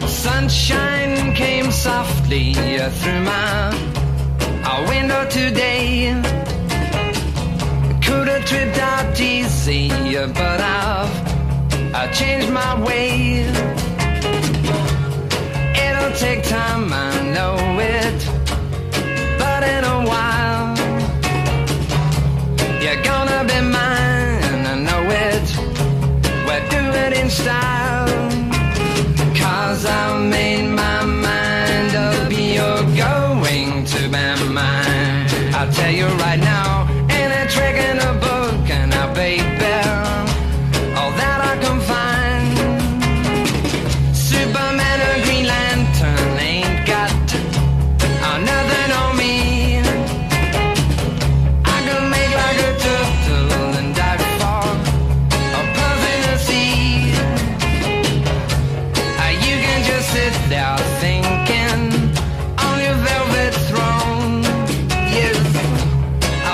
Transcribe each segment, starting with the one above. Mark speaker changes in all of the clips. Speaker 1: Sunshine came softly through my our window today. Could have tripped out easy, but I've I changed my way. It'll take time, I know it, but in a while you're gonna be mine. I know it. We'll do it in style. Cause I made my mind up, you're going to be mine. I'll tell you right now, in a trick in a book, and I'll be all that I can find. Superman and Green Lantern ain't got uh, nothing on me. I can make like a turtle and dive for a puffin of sea. Uh, you can just sit there thinking on your velvet throne. Yes,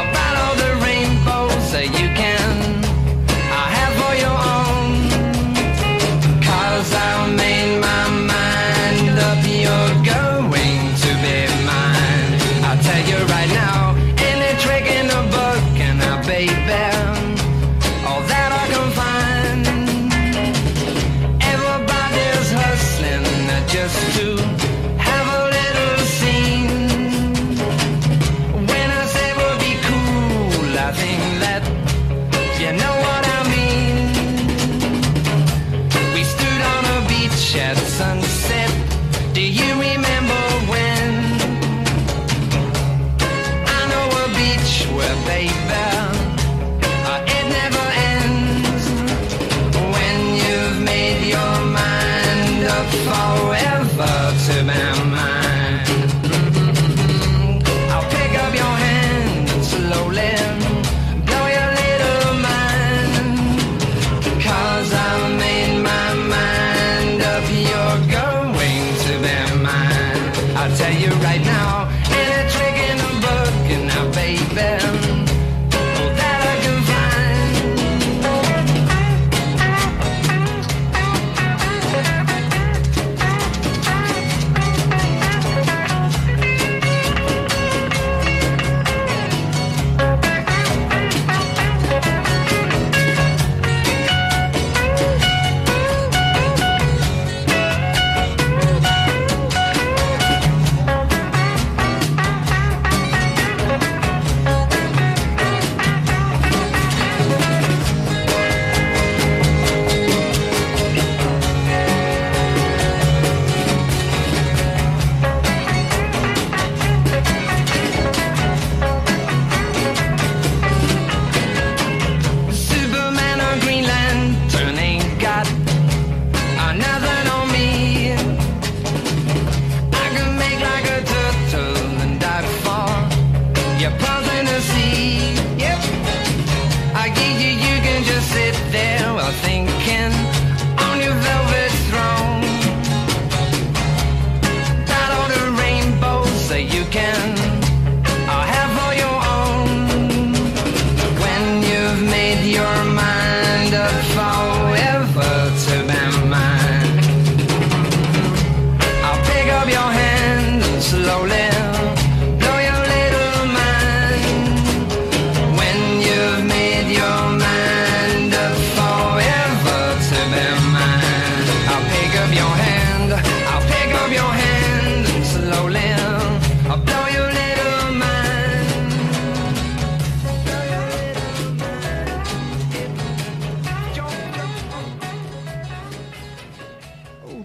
Speaker 1: about all the rainbows that you can I have for your own. Cause I made my mind up, you're going to be mine. I'll tell you right now, in a trick in a book, and I'll be all that I can find. Everybody's hustling uh, just to have a little scene. When I say we'll be cool, I think that you know what I mean. We stood on a beach at sunset. Do you remember when? I know a beach where, baby, uh, it never ends. When you've made your mind up forever to be mine, I'll pick up your hand and slowly blow your little mind. Cause I made my mind up, you're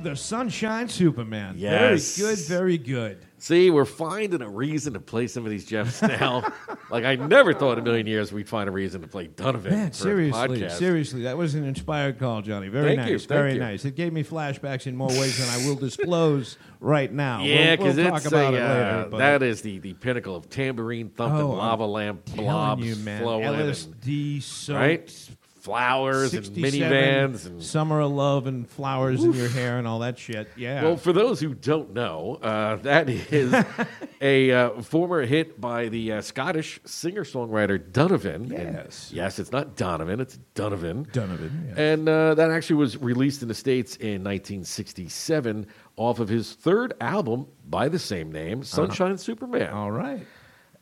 Speaker 2: the Sunshine Superman.
Speaker 3: Yes.
Speaker 2: Very good, very good.
Speaker 4: See, we're finding a reason to play some of these Jeffs now. like I never thought in a million years we'd find a reason to play Donovan.
Speaker 2: Man,
Speaker 4: for a
Speaker 2: seriously,
Speaker 4: podcast.
Speaker 2: seriously, that was an inspired call, Johnny. Very
Speaker 4: Thank
Speaker 2: nice,
Speaker 4: you, thank
Speaker 2: very
Speaker 4: you.
Speaker 2: nice. It gave me flashbacks in more ways than I will disclose right now.
Speaker 4: Yeah,
Speaker 2: we'll,
Speaker 4: because
Speaker 2: we'll talk
Speaker 4: it's
Speaker 2: about
Speaker 4: a, uh,
Speaker 2: it later. But
Speaker 4: that is the, the pinnacle of tambourine thumping,
Speaker 2: Oh, I'm
Speaker 4: lava lamp
Speaker 2: telling
Speaker 4: blobs
Speaker 2: you, man,
Speaker 4: flowing, and,
Speaker 2: LSD, soaked,
Speaker 4: right? Flowers and
Speaker 2: 67,
Speaker 4: minivans and
Speaker 2: summer of love and flowers in your hair and all that shit. Yeah.
Speaker 4: Well, for those who don't know, uh, that is a uh, former hit by the uh, Scottish singer songwriter Donovan. And
Speaker 2: Yes.
Speaker 4: yes, it's not Donovan, it's Donovan.
Speaker 2: Donovan, yeah.
Speaker 4: And uh, that actually was released in the States in 1967 off of his third album by the same
Speaker 2: Uh-huh.
Speaker 4: name, Sunshine Superman.
Speaker 2: all right.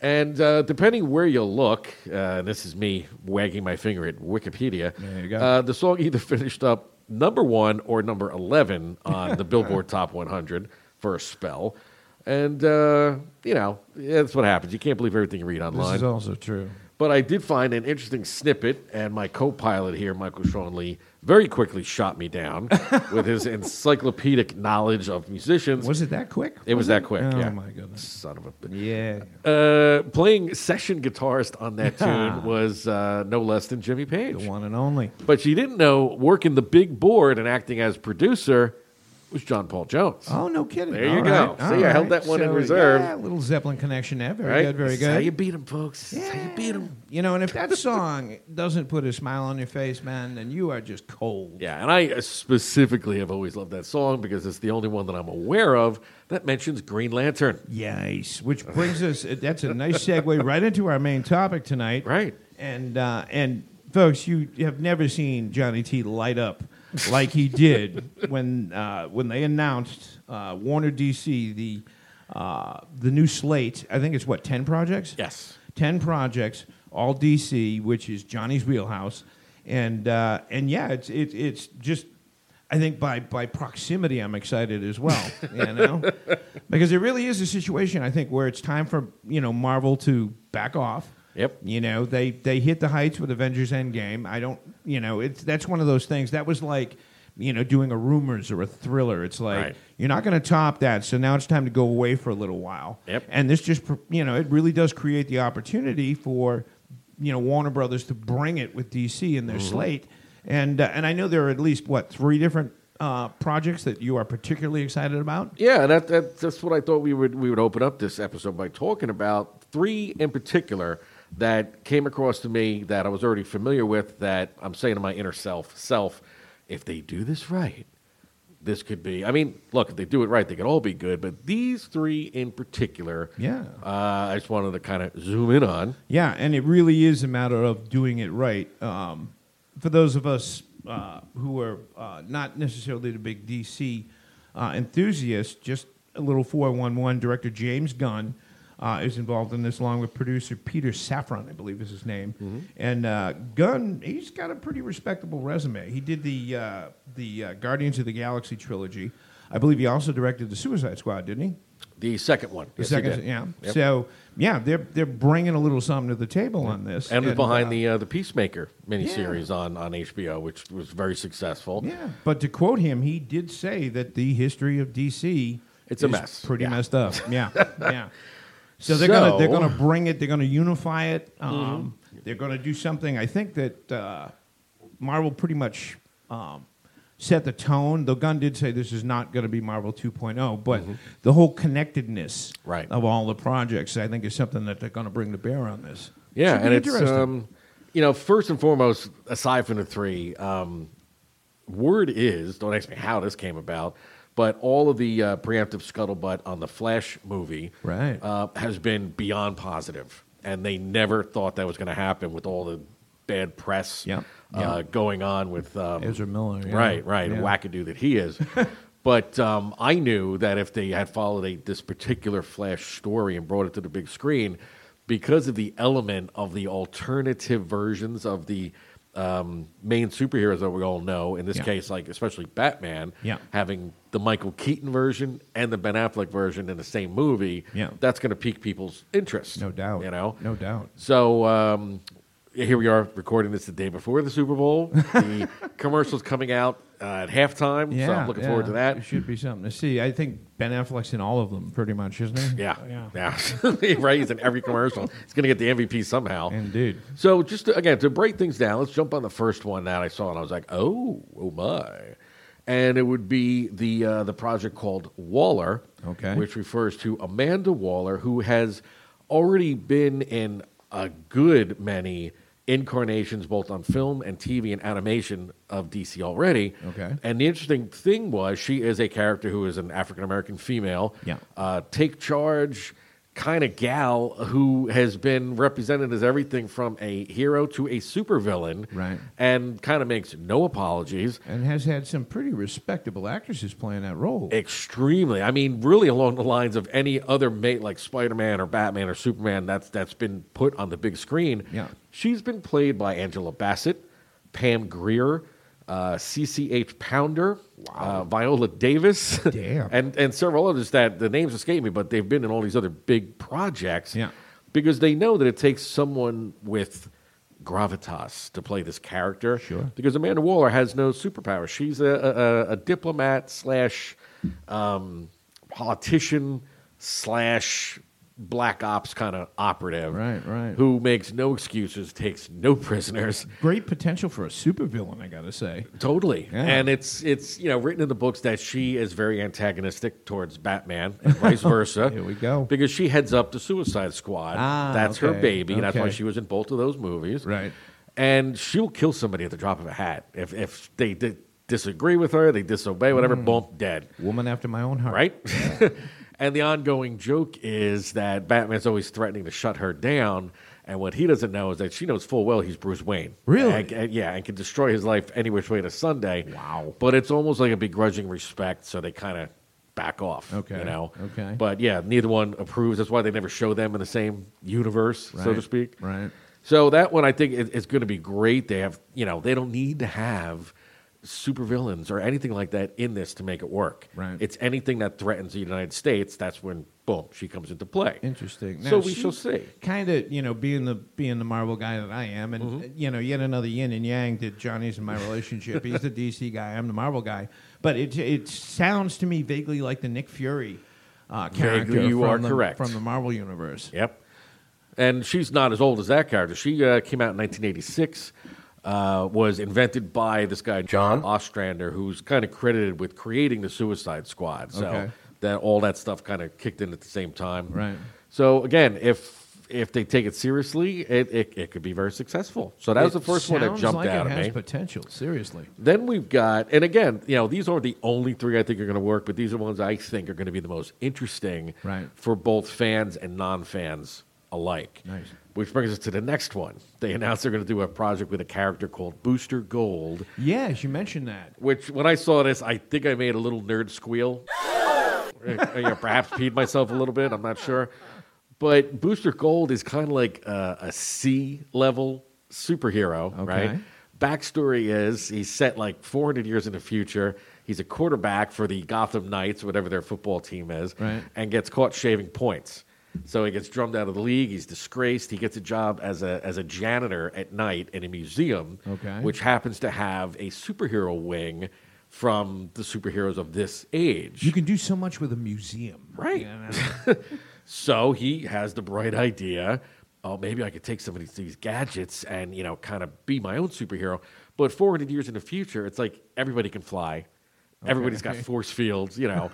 Speaker 4: And uh, depending where you look, uh, and this is me wagging my finger at Wikipedia,
Speaker 2: There you go.
Speaker 4: Uh, the song either finished up number one or number 11 on the Billboard Top 100 for a spell. And, uh, you know, that's what happens. You can't believe everything you read
Speaker 2: This
Speaker 4: online.
Speaker 2: is also true.
Speaker 4: But I did find an interesting snippet, and my co pilot here, Michael Sean Lee, very quickly shot me down with his encyclopedic knowledge of musicians.
Speaker 2: Was it that quick?
Speaker 4: it was that quick.
Speaker 2: Oh
Speaker 4: yeah.
Speaker 2: my goodness.
Speaker 4: Son of a bitch.
Speaker 2: Yeah.
Speaker 4: Uh, playing session guitarist on that tune was uh, no less than Jimmy Page.
Speaker 2: The one and only.
Speaker 4: But she didn't know working the big board and acting as producer was John Paul Jones.
Speaker 2: Oh, no kidding.
Speaker 4: There you
Speaker 2: All
Speaker 4: go.
Speaker 2: right, all
Speaker 4: See, I held
Speaker 2: right.
Speaker 4: that one in
Speaker 2: So,
Speaker 4: reserve.
Speaker 2: Yeah, little Zeppelin connection there. Very
Speaker 4: right?
Speaker 2: good, very
Speaker 4: This
Speaker 2: good.
Speaker 4: is how you beat him, folks. This is how you
Speaker 2: Yeah.
Speaker 4: beat him.
Speaker 2: You know, and if that song doesn't put a smile on your face, man, then you are just cold.
Speaker 4: Yeah, and I uh, specifically have always loved that song because it's the only one that I'm aware of that mentions Green Lantern.
Speaker 2: Yes. Which brings us, uh, that's a nice segue right into our main topic tonight.
Speaker 4: Right.
Speaker 2: And, uh, and folks, you have never seen Johnny T light up like he did when, uh, when they announced uh, Warner DC, the, uh, the new slate. I think it's what, 10 projects?
Speaker 4: Yes.
Speaker 2: 10 projects, all DC, which is Johnny's wheelhouse. And, uh, and yeah, it's, it's it's just, I think by, by proximity, I'm excited as well, you know? Because it really is a situation, I think, where it's time for, you know, Marvel to back off.
Speaker 4: Yep.
Speaker 2: You know, they, they hit the heights with Avengers Endgame. I don't, you know, it's, that's one of those things. That was like, you know, doing a rumors or a thriller. It's like,
Speaker 4: Right.
Speaker 2: you're not going to top that, so now it's time to go away for a little while.
Speaker 4: Yep.
Speaker 2: And this just, pr- you know, it really does create the opportunity for, you know, Warner Brothers to bring it with DC in their slate. And uh, and I know there are at least what three different uh, projects that you are particularly excited about.
Speaker 4: Yeah, that, that that's what I thought we would we would open up this episode by talking about three in particular that came across to me that I was already familiar with that I'm saying to my inner self self if they do this right this could be I mean look if they do it right they could all be good but these three in particular
Speaker 2: Yeah.
Speaker 4: uh, I just wanted to kind of zoom in on
Speaker 2: Yeah, and it really is a matter of doing it right. Um, for those of us uh, who are uh, not necessarily the big DC uh, enthusiasts, just a little 411 director James Gunn uh, is involved in this, along with producer Peter Safran, I believe is his name. And uh, Gunn, he's got a pretty respectable resume. He did the, uh, the uh, Guardians of the Galaxy trilogy. I believe he also directed the Suicide Squad, didn't he?
Speaker 4: the second one
Speaker 2: The
Speaker 4: Yes, you
Speaker 2: second,
Speaker 4: did.
Speaker 2: yeah.
Speaker 4: Yep.
Speaker 2: So yeah, they're they're bringing a little something to the table on this.
Speaker 4: and was behind
Speaker 2: uh,
Speaker 4: the uh, the Peacemaker miniseries on on HBO which was very successful
Speaker 2: yeah. But to quote him, he did say that the history of DC
Speaker 4: It's a
Speaker 2: is
Speaker 4: mess.
Speaker 2: pretty
Speaker 4: Yeah.
Speaker 2: messed up. Yeah, yeah. So they're
Speaker 4: So- Mm-hmm.
Speaker 2: gonna they're gonna bring it. They're gonna unify it. Um, They're gonna do something. I think that uh, Marvel pretty much um, set the tone. Though Gunn did say this is not going to be Marvel 2.0, but the whole connectedness
Speaker 4: Mm-hmm. Right.
Speaker 2: of all the projects, I think, is something that they're going to bring to bear on this.
Speaker 4: Yeah,
Speaker 2: Should be
Speaker 4: and it's
Speaker 2: interesting.
Speaker 4: um, you know, first and foremost, aside from the three, um, word is don't ask me how this came about, but all of the uh, preemptive scuttlebutt on the Flash movie,
Speaker 2: Right.
Speaker 4: uh, has been beyond positive, and they never thought that was going to happen with all the bad press
Speaker 2: Yep,
Speaker 4: Uh, going on with um,
Speaker 2: Ezra Miller, yeah.
Speaker 4: right, right,
Speaker 2: Yeah.
Speaker 4: wackadoo that he is. but um, I knew that if they had followed a, this particular Flash story and brought it to the big screen, because of the element of the alternative versions of the um, main superheroes that we all know, in this
Speaker 2: Yeah.
Speaker 4: case, like especially Batman,
Speaker 2: Yeah.
Speaker 4: having the Michael Keaton version and the Ben Affleck version in the same movie,
Speaker 2: Yeah.
Speaker 4: that's going to pique people's interest.
Speaker 2: No doubt.
Speaker 4: You know?
Speaker 2: No doubt.
Speaker 4: So um, here we are recording this the day before the Super Bowl. The commercials coming out uh, at halftime, so I'm looking forward to
Speaker 2: yeah. It
Speaker 4: that.
Speaker 2: should be something to see. I think Ben Affleck's in all of them, pretty much, isn't he?
Speaker 4: Yeah, yeah, right. He's in every commercial. He's going to get the MVP somehow.
Speaker 2: Indeed.
Speaker 4: So just to, again to break things down, let's jump on the first one that I saw, and I was like, oh, oh my, and it would be the uh, the project called Waller,
Speaker 2: Okay.
Speaker 4: which refers to Amanda Waller, who has already been in a good many incarnations, both on film and TV and animation of DC already.
Speaker 2: Okay.
Speaker 4: And the interesting thing was, she is a character who is an African American female.
Speaker 2: Yeah.
Speaker 4: Uh, take charge kind of gal who has been represented as everything from a hero to a supervillain.
Speaker 2: Right.
Speaker 4: And kind of makes no apologies.
Speaker 2: And has had some pretty respectable actresses playing that role.
Speaker 4: Extremely. I mean, really along the lines of any other mate like Spider Man or Batman or Superman that's that's been put on the big screen.
Speaker 2: Yeah.
Speaker 4: She's been played by Angela Bassett, Pam Greer, uh, CCH Pounder, uh, Viola Davis,
Speaker 2: Damn.
Speaker 4: and and several others that the names escape me, but they've been in all these other big projects.
Speaker 2: Yeah.
Speaker 4: Because they know that it takes someone with gravitas to play this character. Sure. Because Amanda Waller has no superpower. She's a, a, a- a diplomat slash um, politician slash black ops kind of operative.
Speaker 2: Right, right.
Speaker 4: Who makes no excuses, takes no prisoners.
Speaker 2: Great potential for a supervillain, I gotta say.
Speaker 4: Totally.
Speaker 2: Yeah.
Speaker 4: And it's it's you know written in the books that she is very antagonistic towards Batman and vice versa.
Speaker 2: Here we go.
Speaker 4: Because she heads up the Suicide Squad.
Speaker 2: Ah,
Speaker 4: That's her
Speaker 2: okay,
Speaker 4: baby. That's why
Speaker 2: okay.
Speaker 4: she was in both of those movies.
Speaker 2: Right.
Speaker 4: And she'll kill somebody at the drop of a hat. If if they di- disagree with her, they disobey, whatever,
Speaker 2: Hmm.
Speaker 4: boom, dead
Speaker 2: Woman after my own heart.
Speaker 4: right? and the ongoing joke is that Batman's always threatening to shut her down. And what he doesn't know is that she knows full well he's Bruce Wayne.
Speaker 2: Really?
Speaker 4: And- and- yeah, and can destroy his life any which way to Sunday.
Speaker 2: Wow.
Speaker 4: But it's almost like a begrudging respect, so they kind of back off.
Speaker 2: Okay,
Speaker 4: You know?
Speaker 2: okay.
Speaker 4: But yeah, neither one approves. That's why they never show them in the same universe, so to
Speaker 2: Right,
Speaker 4: speak.
Speaker 2: right.
Speaker 4: So that one I think is, is going to be great. They have, you know, they don't need to have supervillains or anything like that in this to make it work.
Speaker 2: Right.
Speaker 4: It's anything that threatens the United States. That's when boom, she comes into play.
Speaker 2: Interesting.
Speaker 4: So we shall see.
Speaker 2: Kind of, you know, being the being the Marvel guy that I am, and
Speaker 4: Mm-hmm.
Speaker 2: uh, you know, yet another yin and yang to Johnny's and my relationship. He's the DC guy. I'm the Marvel guy. But it it sounds to me vaguely like the Nick Fury uh, character.
Speaker 4: Vaguely, you
Speaker 2: from
Speaker 4: are
Speaker 2: the,
Speaker 4: correct.
Speaker 2: from the Marvel universe.
Speaker 4: Yep. And she's not as old as that character. She uh, came out in 1986. Uh, was invented by this guy John Ostrander, who's kind of credited with creating the Suicide Squad. So
Speaker 2: Okay.
Speaker 4: that all that stuff kind of kicked in at the same time.
Speaker 2: Right.
Speaker 4: So again, if if they take it seriously, it, it, it could be very successful. So that was the
Speaker 2: It
Speaker 4: first one that
Speaker 2: sounds
Speaker 4: jumped
Speaker 2: like
Speaker 4: out
Speaker 2: it
Speaker 4: at
Speaker 2: has
Speaker 4: me.
Speaker 2: Potential, seriously.
Speaker 4: Then we've got, and again, you know, these aren't the only three I think are going to work, but these are ones I think are going to be the most interesting
Speaker 2: Right.
Speaker 4: for both fans and non fans alike.
Speaker 2: Nice.
Speaker 4: Which brings us to the next one. They announced they're going to do a project with a character called Booster Gold,
Speaker 2: Yes, you mentioned that.
Speaker 4: which when I saw this, I think I made a little nerd squeal. Uh, you know, perhaps peed myself a little bit. I'm not sure. But Booster Gold is kind of like uh, a C level superhero, right? Backstory is he's set like 400 years in the future. He's a quarterback for the Gotham Knights, whatever their football team is,
Speaker 2: Right.
Speaker 4: and gets caught shaving points. So he gets drummed out of the league. He's disgraced. He gets a job as a, as a janitor at night in a museum,
Speaker 2: Okay.
Speaker 4: which happens to have a superhero wing from the superheroes of this age.
Speaker 2: You can do so much with a museum,
Speaker 4: Right.
Speaker 2: You know?
Speaker 4: So he has the bright idea. Oh, maybe I could take some of these, these gadgets and, you know, kind of be my own superhero. But 400 years in the future, it's like everybody can fly. Everybody's got force fields, you know.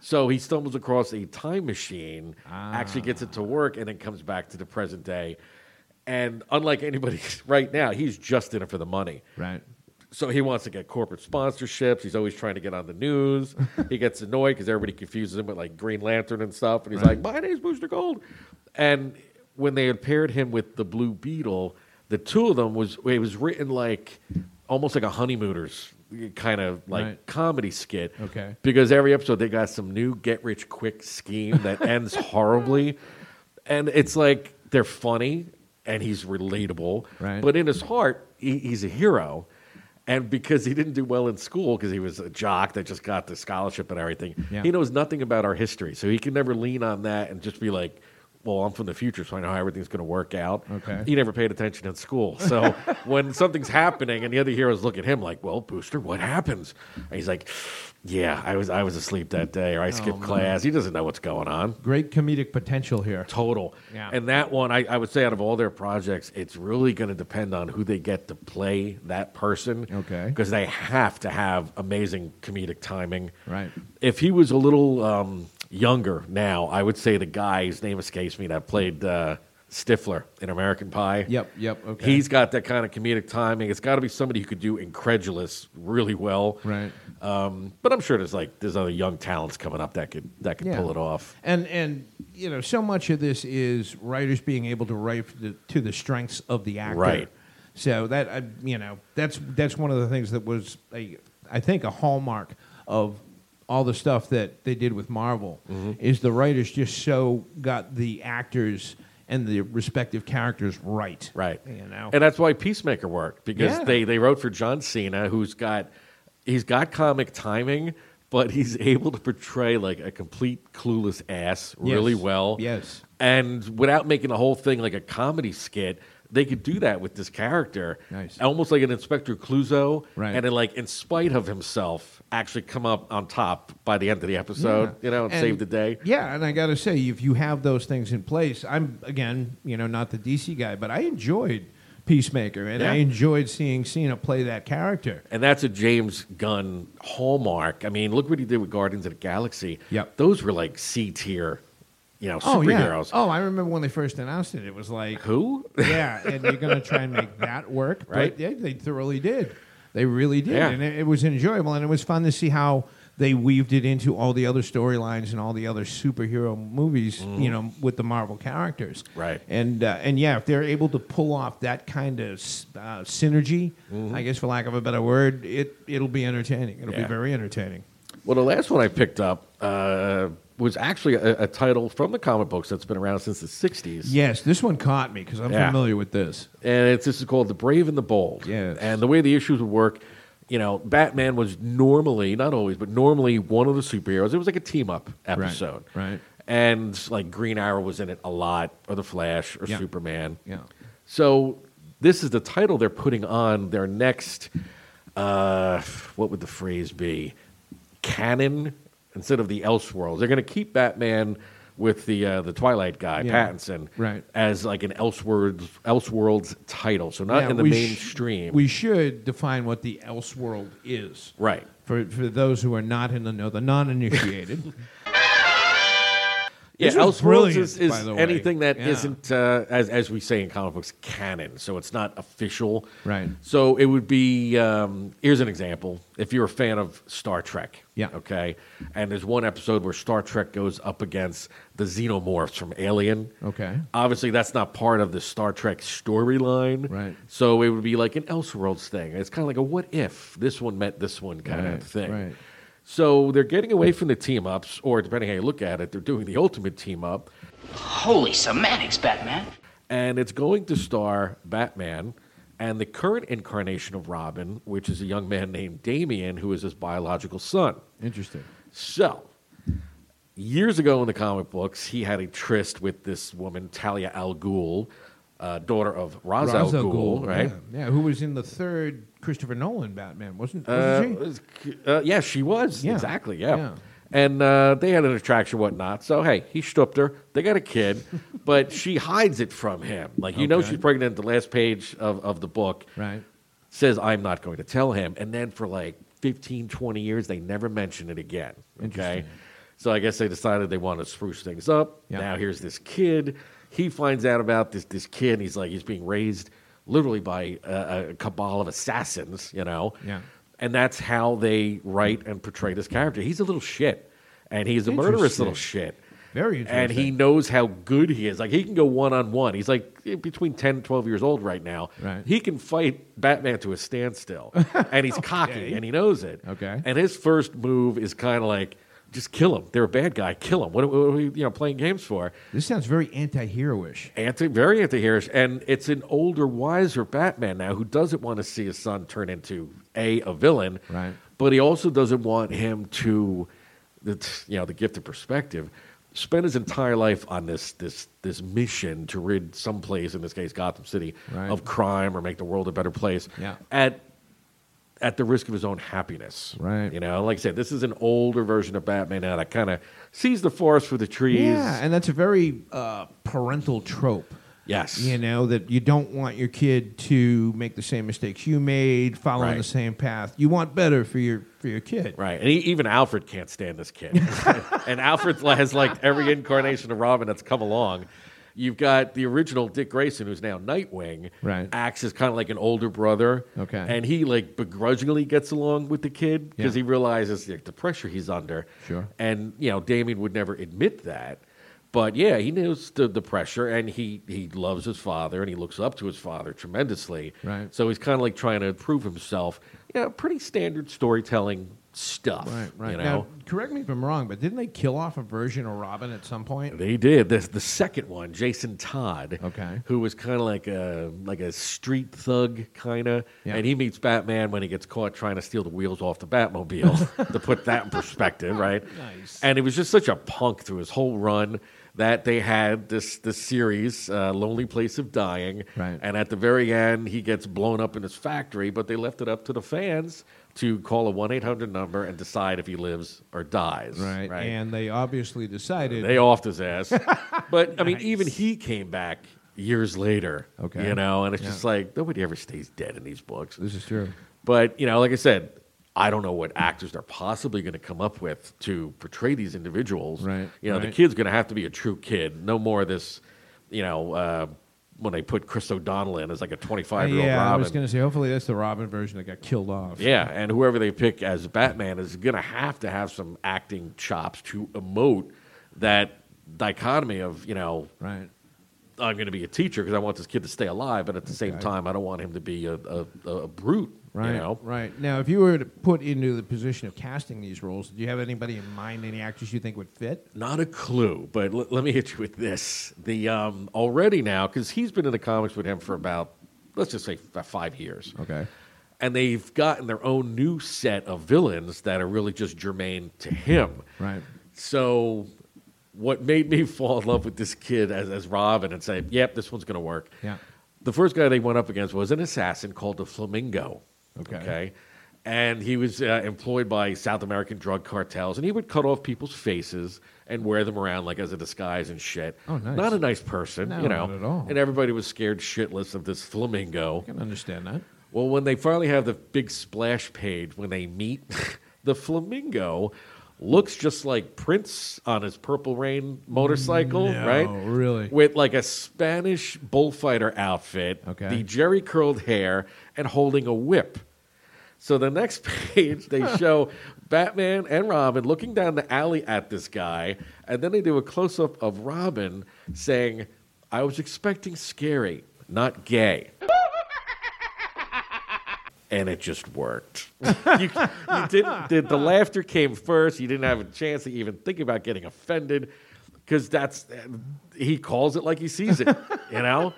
Speaker 4: so he stumbles across a time machine, actually gets
Speaker 2: Ah.
Speaker 4: it to work, and then comes back to the present day. And unlike anybody right now, he's just in it for the money
Speaker 2: Right.
Speaker 4: so he wants to get corporate sponsorships. He's always trying to get on the news. he gets annoyed because everybody confuses him with like Green Lantern and stuff. And he's like, "My name's Booster Gold." And when they had paired him with the Blue Beetle, the two of them was it was written like almost like a honeymooners kind of like
Speaker 2: Right.
Speaker 4: comedy skit.
Speaker 2: Okay.
Speaker 4: Because every episode they got some new get rich quick scheme that ends horribly. And it's like they're funny and he's relatable.
Speaker 2: Right.
Speaker 4: But in his heart, he, he's a hero. And because he didn't do well in school, because he was a jock that just got the scholarship and everything,
Speaker 2: Yeah.
Speaker 4: he knows nothing about our history. So he can never lean on that and just be like, well, I'm from the future, so I know how everything's going to work out.
Speaker 2: Okay.
Speaker 4: He never paid attention in school. So when something's happening and the other heroes look at him like, well, Booster, what happens? And he's like, yeah, I was, I was asleep that day or I
Speaker 2: Oh,
Speaker 4: skipped class. He doesn't know what's going on
Speaker 2: Great comedic potential here.
Speaker 4: total.
Speaker 2: Yeah.
Speaker 4: And that one, I, I would say, out of all their projects, it's really going to depend on who they get to play that person.
Speaker 2: Okay.
Speaker 4: Because they have to have amazing comedic timing.
Speaker 2: Right.
Speaker 4: If he was a little um, younger now, I would say the guy, his name escapes me, that played uh, Stifler in American Pie.
Speaker 2: Yep, yep, okay.
Speaker 4: He's got that kind of comedic timing. It's got to be somebody who could do incredulous really well.
Speaker 2: Right.
Speaker 4: Um, but I'm sure there's like there's other young talents coming up that could that could
Speaker 2: Yeah.
Speaker 4: pull it off.
Speaker 2: And and you know, so much of this is writers being able to write to the, to the strengths of the actor.
Speaker 4: Right.
Speaker 2: So that I, you know, that's that's one of the things that was a, I think a hallmark of all the stuff that they did with Marvel
Speaker 4: Mm-hmm.
Speaker 2: is the writers just so got the actors and the respective characters right.
Speaker 4: Right.
Speaker 2: You know.
Speaker 4: And that's why Peacemaker worked because
Speaker 2: Yeah.
Speaker 4: they, they wrote for John Cena, who's got he's got comic timing, but he's able to portray like a complete clueless ass really
Speaker 2: Yes.
Speaker 4: well.
Speaker 2: Yes.
Speaker 4: And without making the whole thing like a comedy skit, they could do that with this character.
Speaker 2: Nice.
Speaker 4: Almost like an Inspector Clouseau.
Speaker 2: Right.
Speaker 4: And then like in spite of himself, actually come up on top by the end of the episode, you know, and, save the day.
Speaker 2: Yeah, and I got to say, if you have those things in place, I'm again, you know, not the DC guy, but I enjoyed Peacemaker, and
Speaker 4: Yeah.
Speaker 2: I enjoyed seeing Cena play that character.
Speaker 4: And that's a James Gunn hallmark. I mean, look what he did with Guardians of the Galaxy.
Speaker 2: Yep.
Speaker 4: Those were like C tier, you know,
Speaker 2: Oh yeah.
Speaker 4: superheroes.
Speaker 2: Oh, I remember when they first announced it. It was like,
Speaker 4: Who?
Speaker 2: yeah, and they're going to try and make that work,
Speaker 4: Right.
Speaker 2: But yeah, they thoroughly did. They really did,
Speaker 4: Yeah.
Speaker 2: and it, it was enjoyable, and it was fun to see how they weaved it into all the other storylines and all the other superhero movies, you know, with the Marvel characters.
Speaker 4: Mm-hmm. Right.
Speaker 2: And uh, and yeah, if they're able to pull off that kind of s- uh, synergy, I guess for lack of a better word, it it'll be entertaining. It'll
Speaker 4: Mm-hmm. Yeah.
Speaker 2: be very entertaining.
Speaker 4: Well, the last one I picked up uh, was actually a, a title from the comic books that's been around since the 60s.
Speaker 2: Yes, this one caught me because I'm
Speaker 4: Yeah.
Speaker 2: familiar with this.
Speaker 4: and it's this is called the Brave and the Bold.
Speaker 2: Yes.
Speaker 4: And the way the issues would work, you know, Batman was normally not always, but normally one of the superheroes. It was like a team up episode,
Speaker 2: right.
Speaker 4: And like Green Arrow was in it a lot, or the Flash, or
Speaker 2: Yeah.
Speaker 4: Superman.
Speaker 2: Yeah.
Speaker 4: So this is the title they're putting on their next. Uh, what would the phrase be? Canon instead of the Elseworlds. They're going to keep Batman with the uh, the Twilight guy
Speaker 2: Yeah.
Speaker 4: Pattinson,
Speaker 2: Right.
Speaker 4: as like an Elseworlds Elseworlds title, so not
Speaker 2: Yeah,
Speaker 4: in the
Speaker 2: we sh-
Speaker 4: mainstream.
Speaker 2: we should define what the else world is.
Speaker 4: right.
Speaker 2: For, for those who are not in the know, the non initiated.
Speaker 4: Yeah,
Speaker 2: This was
Speaker 4: Elseworlds
Speaker 2: brilliant,
Speaker 4: is, is
Speaker 2: by the way.
Speaker 4: anything that
Speaker 2: Yeah.
Speaker 4: not uh, as as we say in comic books canon, so it's not official.
Speaker 2: Right.
Speaker 4: So it would be um, here's an example. If you're a fan of Star Trek,
Speaker 2: Yeah.
Speaker 4: okay, and there's one episode where Star Trek goes up against the xenomorphs from Alien.
Speaker 2: Okay.
Speaker 4: Obviously, that's not part of the Star Trek storyline.
Speaker 2: Right.
Speaker 4: So it would be like an Elseworlds thing. It's kind of like a what if this one met this one kind
Speaker 2: Right,
Speaker 4: of thing.
Speaker 2: right.
Speaker 4: So they're getting away from the team ups, or depending how you look at it, they're doing the ultimate team up,
Speaker 5: Holy semantics, Batman.
Speaker 4: and it's going to star Batman and the current incarnation of Robin, which is a young man named Damien, who is his biological son.
Speaker 2: Interesting.
Speaker 4: So, years ago in the comic books, he had a tryst with this woman, Talia al Ghul, uh, daughter of Ra's al
Speaker 2: Ra's al
Speaker 4: Ghul, right?
Speaker 2: Yeah, yeah, who was in the third Christopher Nolan Batman, wasn't,
Speaker 4: Uh,
Speaker 2: wasn't she?
Speaker 4: was- uh, yeah, she was.
Speaker 2: Yeah.
Speaker 4: Exactly, yeah.
Speaker 2: Yeah.
Speaker 4: And uh, they had an attraction, whatnot. So, hey, he stooped her. They got a kid, but she hides it from him. Like, you know,
Speaker 2: Okay.
Speaker 4: she's pregnant at the last page of, of the book.
Speaker 2: Right.
Speaker 4: Says, I'm not going to tell him. And then for like 15, 20 years, they never mention it again. Okay.
Speaker 2: Interesting.
Speaker 4: So I guess they decided they want to spruce things up.
Speaker 2: Yeah.
Speaker 4: Now here's this kid. He finds out about this this kid. and He's like he's being raised literally by a, a cabal of assassins. You know.
Speaker 2: Yeah.
Speaker 4: And that's how they write and portray this character. He's a little shit, and he's a murderous
Speaker 2: Interesting.
Speaker 4: little shit.
Speaker 2: Very
Speaker 4: And he
Speaker 2: interesting.
Speaker 4: knows how good he is. Like he can go one on one. He's like between 10 and 12 years old right now.
Speaker 2: Right.
Speaker 4: He can fight Batman to a standstill. and he's cocky and he knows it.
Speaker 2: Okay.
Speaker 4: And his first move is kind of like, just kill him. They're a bad guy. Kill him. What, what are we you know, playing games for?
Speaker 2: This sounds very anti hero ish.
Speaker 4: Anti, very anti-heroish, and it's an older, wiser Batman now who doesn't want to see his son turn into a a villain,
Speaker 2: Right.
Speaker 4: But he also doesn't want him to, the- you know, the gift of perspective. spent his entire life on this this this mission to rid someplace, in this case Gotham City,
Speaker 2: Right.
Speaker 4: of crime or make the world a better place.
Speaker 2: Yeah.
Speaker 4: At at the risk of his own happiness.
Speaker 2: Right.
Speaker 4: You know, like I said, this is an older version of Batman now that kind of sees the forest for the trees.
Speaker 2: Yeah, and that's a very uh, parental trope.
Speaker 4: Yes.
Speaker 2: You know, that you don't want your kid to make the same mistakes you made, following
Speaker 4: Right.
Speaker 2: the same path. You want better for your for your kid.
Speaker 4: Right. And he, even Alfred can't stand this kid. and Alfred has like every incarnation of Robin that's come along. You've got the original Dick Grayson, who's now Nightwing,
Speaker 2: Right.
Speaker 4: acts as kind of like an older brother.
Speaker 2: Okay.
Speaker 4: And he like begrudgingly gets along with the kid because
Speaker 2: Yeah.
Speaker 4: he realizes like, the pressure he's under.
Speaker 2: Sure.
Speaker 4: And, you know, Damien would never admit that. But yeah, he knows the, the pressure and he, he loves his father and he looks up to his father tremendously.
Speaker 2: Right.
Speaker 4: So he's kind of like trying to prove himself. You know, pretty standard storytelling stuff.
Speaker 2: Right, right.
Speaker 4: You know,
Speaker 2: Now, correct me if I'm wrong, but didn't they kill off a version of Robin at some point?
Speaker 4: they did this. The second one, Jason Todd,
Speaker 2: Okay.
Speaker 4: who was kind of like a like a street thug kind of,
Speaker 2: Yeah.
Speaker 4: and he meets Batman when he gets caught trying to steal the wheels off the Batmobile. to put that in perspective, right?
Speaker 2: Nice.
Speaker 4: And it was just such a punk through his whole run that they had this this series, uh, Lonely Place of Dying,
Speaker 2: Right.
Speaker 4: and at the very end he gets blown up in his factory, but they left it up to the fans to call a one eight hundred number and decide if he lives or dies.
Speaker 2: Right. And they obviously decided.
Speaker 4: They offed his ass. but I mean, even he came back years later.
Speaker 2: Okay.
Speaker 4: You know, and it's
Speaker 2: Yeah.
Speaker 4: just like nobody ever stays dead in these books.
Speaker 2: this is true.
Speaker 4: But, you know, like I said, I don't know what actors they're possibly going to come up with to portray these individuals.
Speaker 2: Right,
Speaker 4: You know, the
Speaker 2: right.
Speaker 4: kid's going to have to be a true kid. No more of this, you know, uh, when they put Chris O'Donnell in as like a 25 year old
Speaker 2: yeah,
Speaker 4: Robin.
Speaker 2: I was going to say, hopefully that's the Robin version that got killed off.
Speaker 4: Yeah, and whoever they pick as Batman is going to have to have some acting chops to emote that dichotomy of, you know,
Speaker 2: Right.
Speaker 4: I'm going to be a teacher because I want this kid to stay alive, but at the same time, I don't want him to be a, a, a brute,
Speaker 2: Right.
Speaker 4: you know?
Speaker 2: Right. Now, if you were to put into the position of casting these roles, do you have anybody in mind, any actors you think would fit?
Speaker 4: Not a clue, but l- let me hit you with this. The um, already now, because he's been in the comics with him for about, let's just say, about five years.
Speaker 2: Okay.
Speaker 4: and they've gotten their own new set of villains that are really just germane to him.
Speaker 2: Right.
Speaker 4: So, what made me fall in love with this kid as, as Robin and say, "Yep, this one's going to work."
Speaker 2: Yeah.
Speaker 4: The first guy they went up against was an assassin called the Flamingo.
Speaker 2: Okay.
Speaker 4: And he was uh, employed by South American drug cartels, and he would cut off people's faces and wear them around like as a disguise and shit.
Speaker 2: Oh, nice.
Speaker 4: Not a nice person,
Speaker 2: No,
Speaker 4: you know.
Speaker 2: not at all.
Speaker 4: And everybody was scared shitless of this flamingo.
Speaker 2: I can understand that.
Speaker 4: Well, when they finally have the big splash page, when they meet, the flamingo looks just like Prince on his Purple Rain motorcycle,
Speaker 2: Mm, No,
Speaker 4: right?
Speaker 2: really?
Speaker 4: With like a Spanish bullfighter outfit,
Speaker 2: Okay.
Speaker 4: the jerry curled hair, and holding a whip. So the next page, they show Batman and Robin looking down the alley at this guy, and then they do a close up of Robin saying, I was expecting scary, not gay. And it just worked. you, you didn't, the, the laughter came first. You didn't have a chance to even think about getting offended because that's, he calls it like he sees it, you know?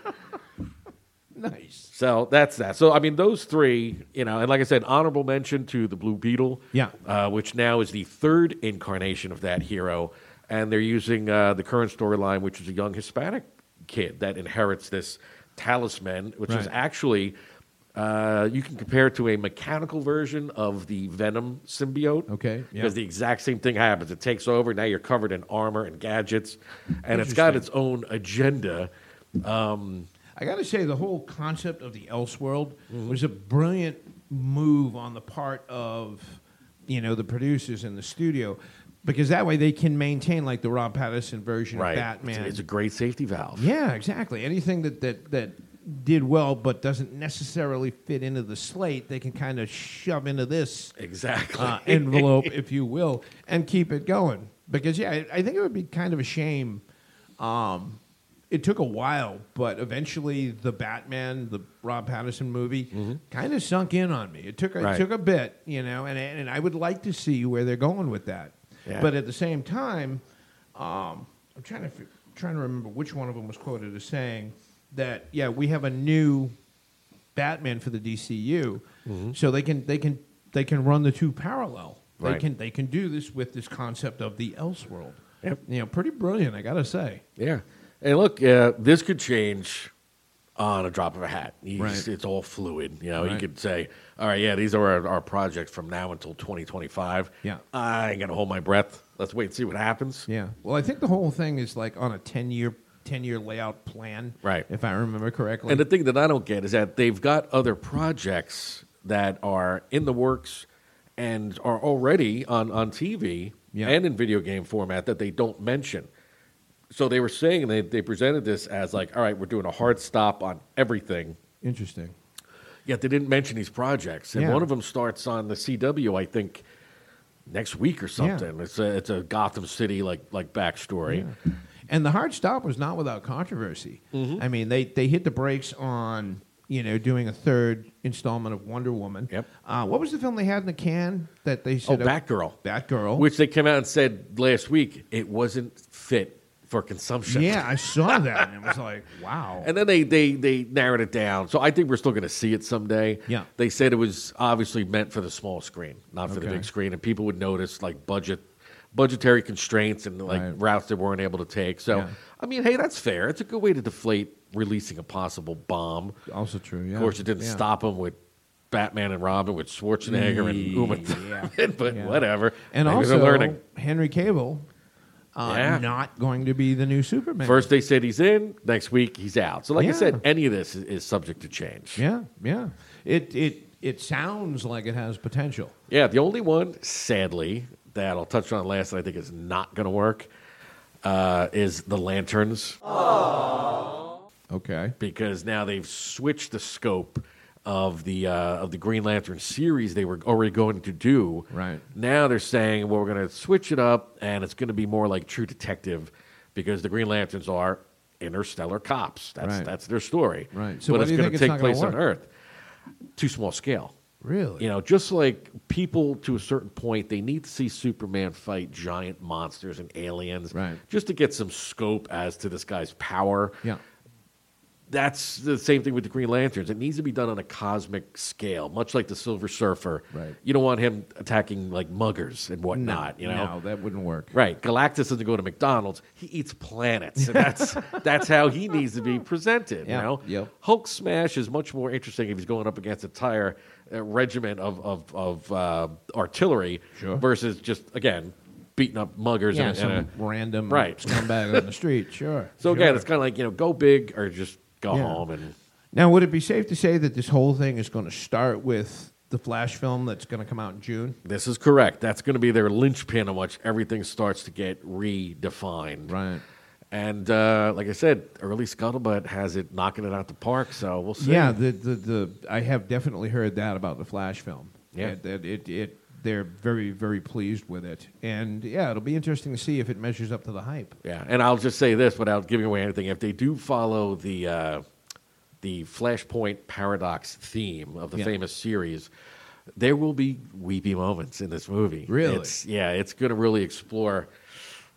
Speaker 2: Nice.
Speaker 4: So that's that. So I mean, those three, you know, and like I said, honorable mention to the Blue Beetle,
Speaker 2: Yeah.
Speaker 4: uh, which now is the third incarnation of that hero, and they're using uh, the current storyline, which is a young Hispanic kid that inherits this talisman, which is
Speaker 2: Right.
Speaker 4: actually. Uh, you can compare it to a mechanical version of the Venom symbiote.
Speaker 2: Okay, yeah.
Speaker 4: Because the exact same thing happens. It takes over. Now you're covered in armor and gadgets, and it's got its own agenda.
Speaker 2: I got to say, the whole concept of the Elseworld
Speaker 4: Mm-hmm.
Speaker 2: was a brilliant move on the part of, you know, the producers in the studio, because that way they can maintain like the Rob Patterson version of
Speaker 4: It's-
Speaker 2: Batman.
Speaker 4: It's a great safety valve.
Speaker 2: yeah, exactly. Anything that that that did well but doesn't necessarily fit into the slate, they can kind of shove into this
Speaker 4: Exactly.
Speaker 2: uh, envelope, if you will, and keep it going. Because yeah, I, I think it would be kind of a shame. Um, it took a while, but eventually the Batman, the Rob Patterson movie, kind of sunk in on me. It took
Speaker 4: Mm-hmm. Right.
Speaker 2: it took a bit, you know, and and I would like to see where they're going with that.
Speaker 4: Yeah.
Speaker 2: But at the same time, um, I'm trying to fi- trying to remember which one of them was quoted as saying that yeah, we have a new Batman for the DCU,
Speaker 4: Mm-hmm.
Speaker 2: so they can they can they can run the two parallel. They
Speaker 4: Right.
Speaker 2: can they can do this with this concept of the Elseworld.
Speaker 4: Yep.
Speaker 2: You know, pretty brilliant, I gotta say.
Speaker 4: Yeah. And look, uh, this could change on a drop of a hat. You
Speaker 2: Right.
Speaker 4: just- it's all fluid. You know, you
Speaker 2: Right.
Speaker 4: could say, all right, yeah, these are our, our projects from now until 2025.
Speaker 2: Yeah.
Speaker 4: I ain't going to hold my breath. Let's wait and see what happens.
Speaker 2: Yeah. Well, I think the whole thing is like on a ten year ten year layout plan,
Speaker 4: Right.
Speaker 2: If I remember correctly.
Speaker 4: And the thing that I don't get is that they've got other projects that are in the works and are already on, on TV
Speaker 2: Yeah.
Speaker 4: and in video game format that they don't mention. So they were saying, they, they presented this as like, all right, we're doing a hard stop on everything
Speaker 2: Interesting.
Speaker 4: Yet they didn't mention these projects, and
Speaker 2: Yeah.
Speaker 4: one of them starts on the CW, I think, next week or something. It's a it's a Gotham City like like backstory.
Speaker 2: And the hard stop was not without controversy.
Speaker 4: Mm-hmm.
Speaker 2: I mean, they, they hit the brakes on you know doing a third installment of Wonder Woman.
Speaker 4: Yep.
Speaker 2: Uh, what was the film they had in the can that they
Speaker 4: Oh,
Speaker 2: said?
Speaker 4: Batgirl,
Speaker 2: Batgirl.
Speaker 4: which they came out and said last week it wasn't fit for consumption.
Speaker 2: yeah, I saw that and it was like, wow.
Speaker 4: And then they, they, they narrowed it down. So I think we're still going to see it someday.
Speaker 2: Yeah.
Speaker 4: They said it was obviously meant for the small screen, not for the
Speaker 2: Okay.
Speaker 4: big screen. And people would notice like budget, budgetary constraints and like
Speaker 2: Right.
Speaker 4: routes they weren't able to take. So,
Speaker 2: Yeah.
Speaker 4: I mean, hey, that's fair. It's a good way to deflate releasing a possible bomb.
Speaker 2: also true. Yeah.
Speaker 4: Of course, it didn't
Speaker 2: Yeah.
Speaker 4: stop them with Batman and Robin, with Schwarzenegger and Uma Thurman, but
Speaker 2: Yeah.
Speaker 4: whatever.
Speaker 2: And
Speaker 4: Maybe they're
Speaker 2: also,
Speaker 4: learning.
Speaker 2: Henry Cable, uh,
Speaker 4: Yeah.
Speaker 2: not going to be the new Superman.
Speaker 4: First they said he's in, next week he's out. So like I
Speaker 2: Yeah.
Speaker 4: said, any of this is, is subject to change.
Speaker 2: Yeah, yeah. It it it sounds like it has potential.
Speaker 4: Yeah, the only one, sadly, that I'll touch on last that I think is not going to work uh, is the lanterns
Speaker 2: Okay.
Speaker 4: because now they've switched the scope of the uh, of the Green Lantern series they were already going to do.
Speaker 2: Right.
Speaker 4: now they're saying, well, we're going to switch it up and it's going to be more like True Detective because the Green Lanterns are interstellar cops. That's
Speaker 2: Right.
Speaker 4: that's their story.
Speaker 2: Right. So
Speaker 4: but
Speaker 2: why
Speaker 4: it's
Speaker 2: do you
Speaker 4: going
Speaker 2: think
Speaker 4: to
Speaker 2: it's
Speaker 4: take
Speaker 2: not gonna
Speaker 4: place on
Speaker 2: work?
Speaker 4: Earth. Too small scale.
Speaker 2: Really?
Speaker 4: You know, just like people to a certain point, they need to see Superman fight giant monsters and aliens,
Speaker 2: Right.
Speaker 4: Just to get some scope as to this guy's power.
Speaker 2: Yeah.
Speaker 4: That's the same thing with the Green Lanterns. It needs to be done on a cosmic scale, much like the Silver Surfer.
Speaker 2: Right.
Speaker 4: You don't want him attacking like muggers and whatnot. you know.
Speaker 2: No, that wouldn't work.
Speaker 4: Right. Galactus doesn't go to McDonald's. He eats planets. And that's that's how he needs to be presented.
Speaker 2: Yeah,
Speaker 4: You know,
Speaker 2: yep.
Speaker 4: Hulk smash is much more interesting if he's going up against an entire uh, regiment of of, of uh, artillery
Speaker 2: Sure.
Speaker 4: versus just again beating up muggers.
Speaker 2: Yeah,
Speaker 4: and,
Speaker 2: some
Speaker 4: and a-
Speaker 2: random
Speaker 4: Right.
Speaker 2: scumbag on the street. Sure.
Speaker 4: so
Speaker 2: sure.
Speaker 4: again, it's kind of like you know, go big or just go
Speaker 2: Yeah.
Speaker 4: home. And
Speaker 2: now would it be safe to say that this whole thing is going to start with the Flash film that's going to come out in June?
Speaker 4: this is correct. That's going to be their linchpin on which everything starts to get redefined. And uh, like I said, early scuttlebutt has it knocking it out the park. So we'll see.
Speaker 2: Yeah. The, the the I have definitely heard that about the Flash film.
Speaker 4: Yeah.
Speaker 2: That that it, it, they're very very pleased with it, and yeah, it'll be interesting to see if it measures up to the hype.
Speaker 4: Yeah, and I'll just say this without giving away anything: if they do follow the uh, the Flashpoint paradox theme of the
Speaker 2: Yeah.
Speaker 4: famous series, there will be weepy moments in this movie.
Speaker 2: Really?
Speaker 4: It's, yeah, it's going to really explore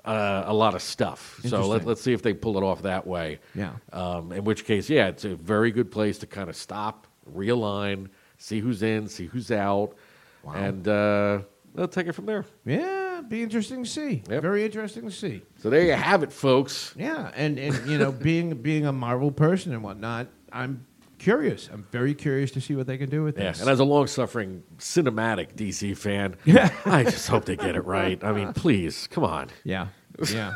Speaker 4: uh, a lot of stuff. So let,
Speaker 2: Interesting.
Speaker 4: let's see if they pull it off that way.
Speaker 2: Yeah.
Speaker 4: Um, in which case, yeah, it's a very good place to kind of stop, realign, see who's in, see who's out, and uh, they'll take it from there.
Speaker 2: Yeah, be interesting to see.
Speaker 4: Yep.
Speaker 2: Very interesting to see.
Speaker 4: So there you have it, folks.
Speaker 2: Yeah, and, and you know, being being a Marvel person and whatnot, I'm curious. I'm very curious to see what they can do with
Speaker 4: Yeah,
Speaker 2: this.
Speaker 4: and as a long-suffering cinematic DC fan, I just hope they get it right. I mean, please, come on.
Speaker 2: yeah, yeah.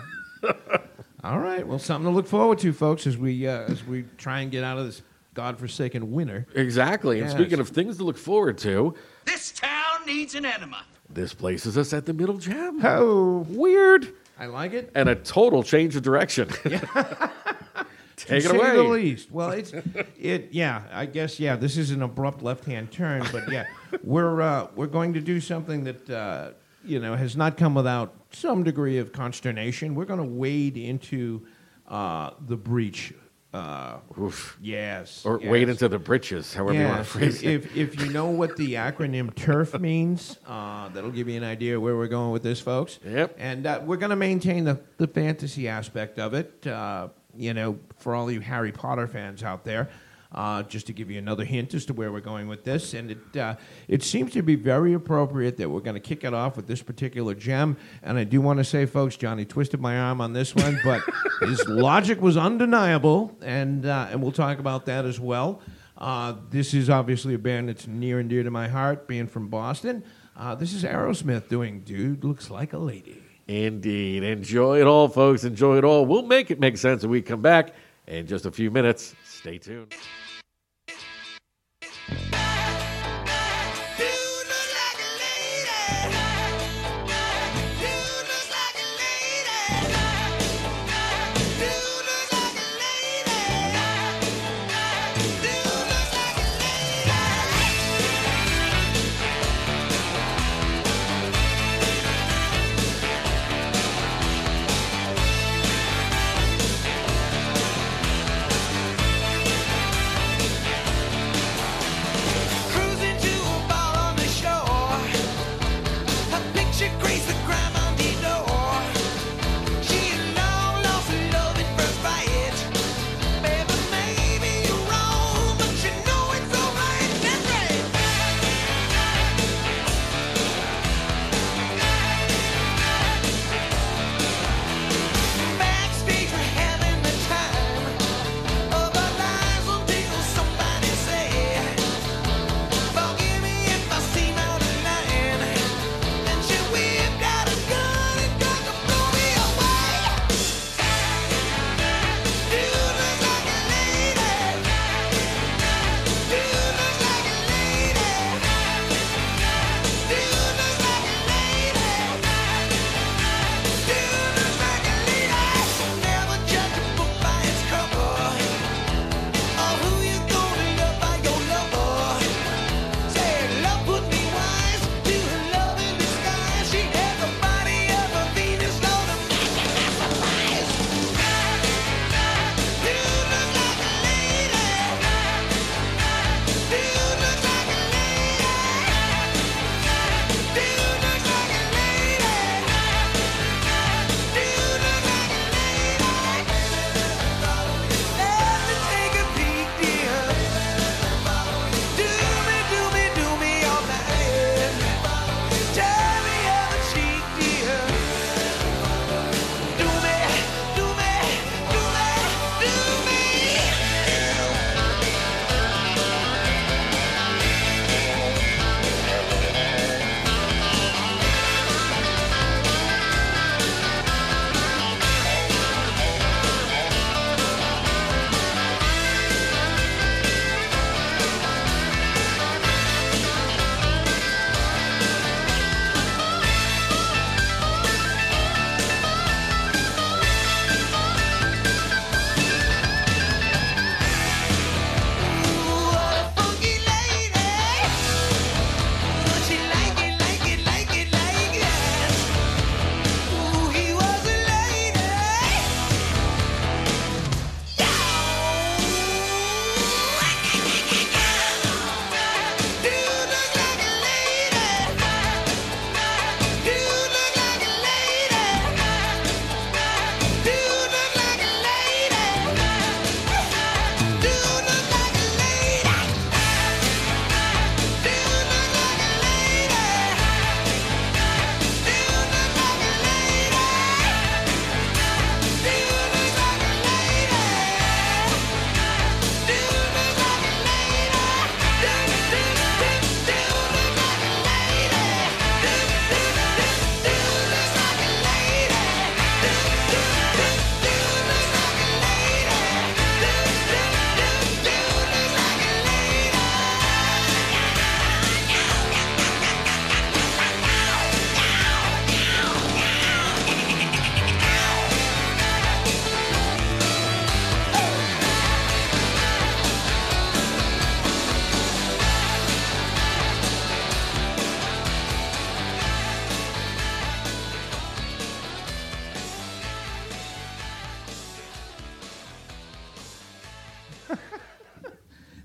Speaker 2: All right. Well, something to look forward to, folks, as we uh, as we try and get out of this godforsaken winter.
Speaker 4: Exactly. And
Speaker 2: Yes.
Speaker 4: speaking of things to look forward to,
Speaker 5: This town needs an enema.
Speaker 4: this places us at the middle gem.
Speaker 2: Oh,
Speaker 4: Weird,
Speaker 2: I like it.
Speaker 4: and a total change of direction. Take
Speaker 2: to
Speaker 4: it
Speaker 2: say the
Speaker 4: away.
Speaker 2: least. Well, it's it. Yeah, I guess. Yeah, this is an abrupt left-hand turn, but yeah, we're uh, we're going to do something that uh, you know has not come without some degree of consternation. We're going to wade into uh, the breach. Uh,
Speaker 4: Oof.
Speaker 2: yes,
Speaker 4: Or
Speaker 2: yes.
Speaker 4: wade into the britches, however you want
Speaker 2: Yeah,
Speaker 4: to phrase
Speaker 2: if,
Speaker 4: it.
Speaker 2: if if you know what the acronym TURF means, uh, that'll give you an idea where we're going with this, folks.
Speaker 4: Yep.
Speaker 2: And uh, we're going to maintain the, the fantasy aspect of it. Uh, you know, for all you Harry Potter fans out there, Uh, just to give you another hint as to where we're going with this, and it uh, it seems to be very appropriate that we're going to kick it off with this particular gem. And I do want to say, folks, Johnny twisted my arm on this one, but his logic was undeniable, and uh, and we'll talk about that as well. Uh, this is obviously a band that's near and dear to my heart, being from Boston. Uh, this is Aerosmith doing "Dude Looks Like a Lady."
Speaker 4: Indeed. Enjoy it all, folks. Enjoy it all. We'll make it make sense when we come back in just a few minutes. Stay tuned.
Speaker 1: You look like a lady. You look like a lady. You look like a lady. You look like a lady.
Speaker 6: You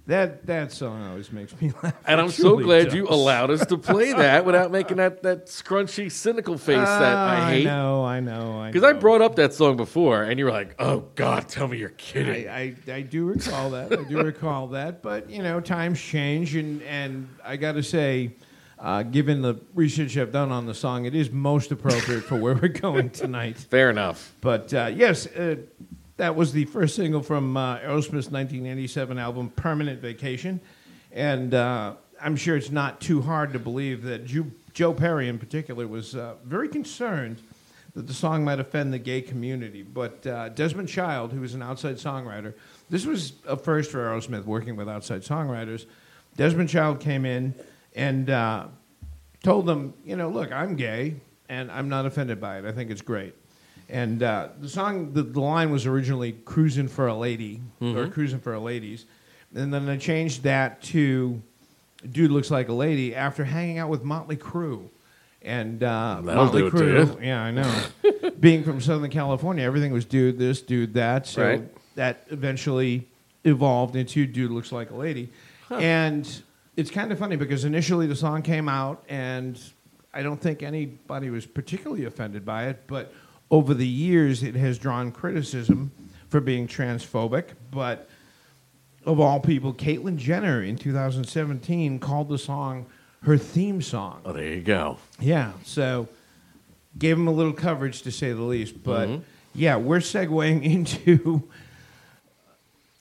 Speaker 2: That that song always makes me laugh.
Speaker 4: And I'm so
Speaker 2: Truly
Speaker 4: glad
Speaker 2: does.
Speaker 4: you allowed us to play that without making that, that scrunchy, cynical face that
Speaker 2: Ah,
Speaker 4: I
Speaker 2: I
Speaker 4: hate.
Speaker 2: know, I know, I
Speaker 4: Because I
Speaker 2: know.
Speaker 4: brought up that song before, and you were like, "Oh God, tell me you're kidding."
Speaker 2: I, uh, I, I do recall that. I do recall that. But you know, times change, and and I got to say, uh, given the research I've done on the song, it is most appropriate for where we're going tonight.
Speaker 4: Fair enough.
Speaker 2: But uh, yes, uh, that was the first single from uh, Aerosmith's 1987 album Permanent Vacation. And uh, I'm sure it's not too hard to believe that Ju- Joe Perry, in particular, was uh, very concerned that the song might offend the gay community. But uh, Desmond Child, who was an outside songwriter, this was a first for Aerosmith working with outside songwriters. Desmond Child came in and uh, told them, you know, look, I'm gay and I'm not offended by it. I think it's great. And uh, the song, the, the line was originally "Cruising for a Lady" or
Speaker 4: Mm-hmm.
Speaker 2: "Cruising for a Ladies," and then I changed that to "Dude Looks Like a Lady" after hanging out with Motley Crue. And uh,
Speaker 4: That'll
Speaker 2: Motley
Speaker 4: do it to
Speaker 2: Crue, yeah, I know. Being from Southern California, everything was dude this, dude that. So
Speaker 4: Right.
Speaker 2: that eventually evolved into "Dude Looks Like a Lady," and it's kind of funny because initially the song came out and I don't think anybody was particularly offended by it, but over the years it has drawn criticism for being transphobic. But of all people, Caitlyn Jenner in 2017 called the song her theme song.
Speaker 4: Oh, there you go.
Speaker 2: Yeah, so gave him a little coverage to say the least. But
Speaker 4: Mm-hmm.
Speaker 2: yeah, we're segueing into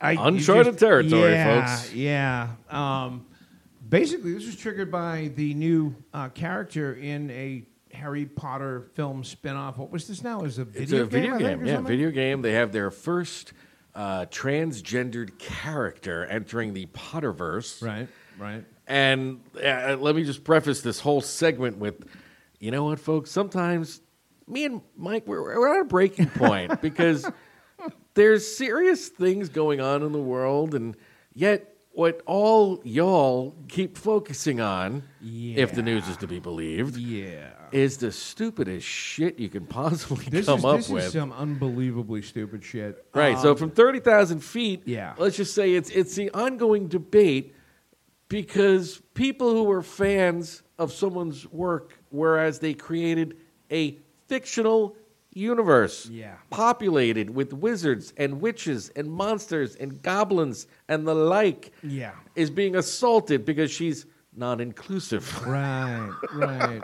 Speaker 2: I, you
Speaker 4: Uncharted territory,
Speaker 2: yeah,
Speaker 4: folks.
Speaker 2: Yeah. Um, basically, this was triggered by the new uh, character in a Harry Potter film spinoff. What was this now? Is a
Speaker 4: It's
Speaker 2: video
Speaker 4: a
Speaker 2: game?
Speaker 4: video
Speaker 2: I think,
Speaker 4: game.
Speaker 2: or
Speaker 4: Yeah,
Speaker 2: something?
Speaker 4: video game. They have their first uh, transgendered character entering the Potterverse.
Speaker 2: Right. Right.
Speaker 4: And uh, let me just preface this whole segment with, you know what, folks? Sometimes me and Mike we're, we're at a breaking point because there's serious things going on in the world, and yet what all y'all keep focusing on, if the news is to be believed,
Speaker 2: Yeah.
Speaker 4: is the stupidest shit you can possibly
Speaker 2: This
Speaker 4: come
Speaker 2: is
Speaker 4: up
Speaker 2: this
Speaker 4: with.
Speaker 2: is some unbelievably stupid shit.
Speaker 4: Right. so from thirty thousand feet,
Speaker 2: Um, Yeah.
Speaker 4: Let's just say it's it's the ongoing debate because people who were fans of someone's work, whereas they created a fictional universe,
Speaker 2: Yeah.
Speaker 4: populated with wizards and witches and monsters and goblins and the like,
Speaker 2: Uh, Yeah.
Speaker 4: is being assaulted because she's not inclusive.
Speaker 2: Right, right.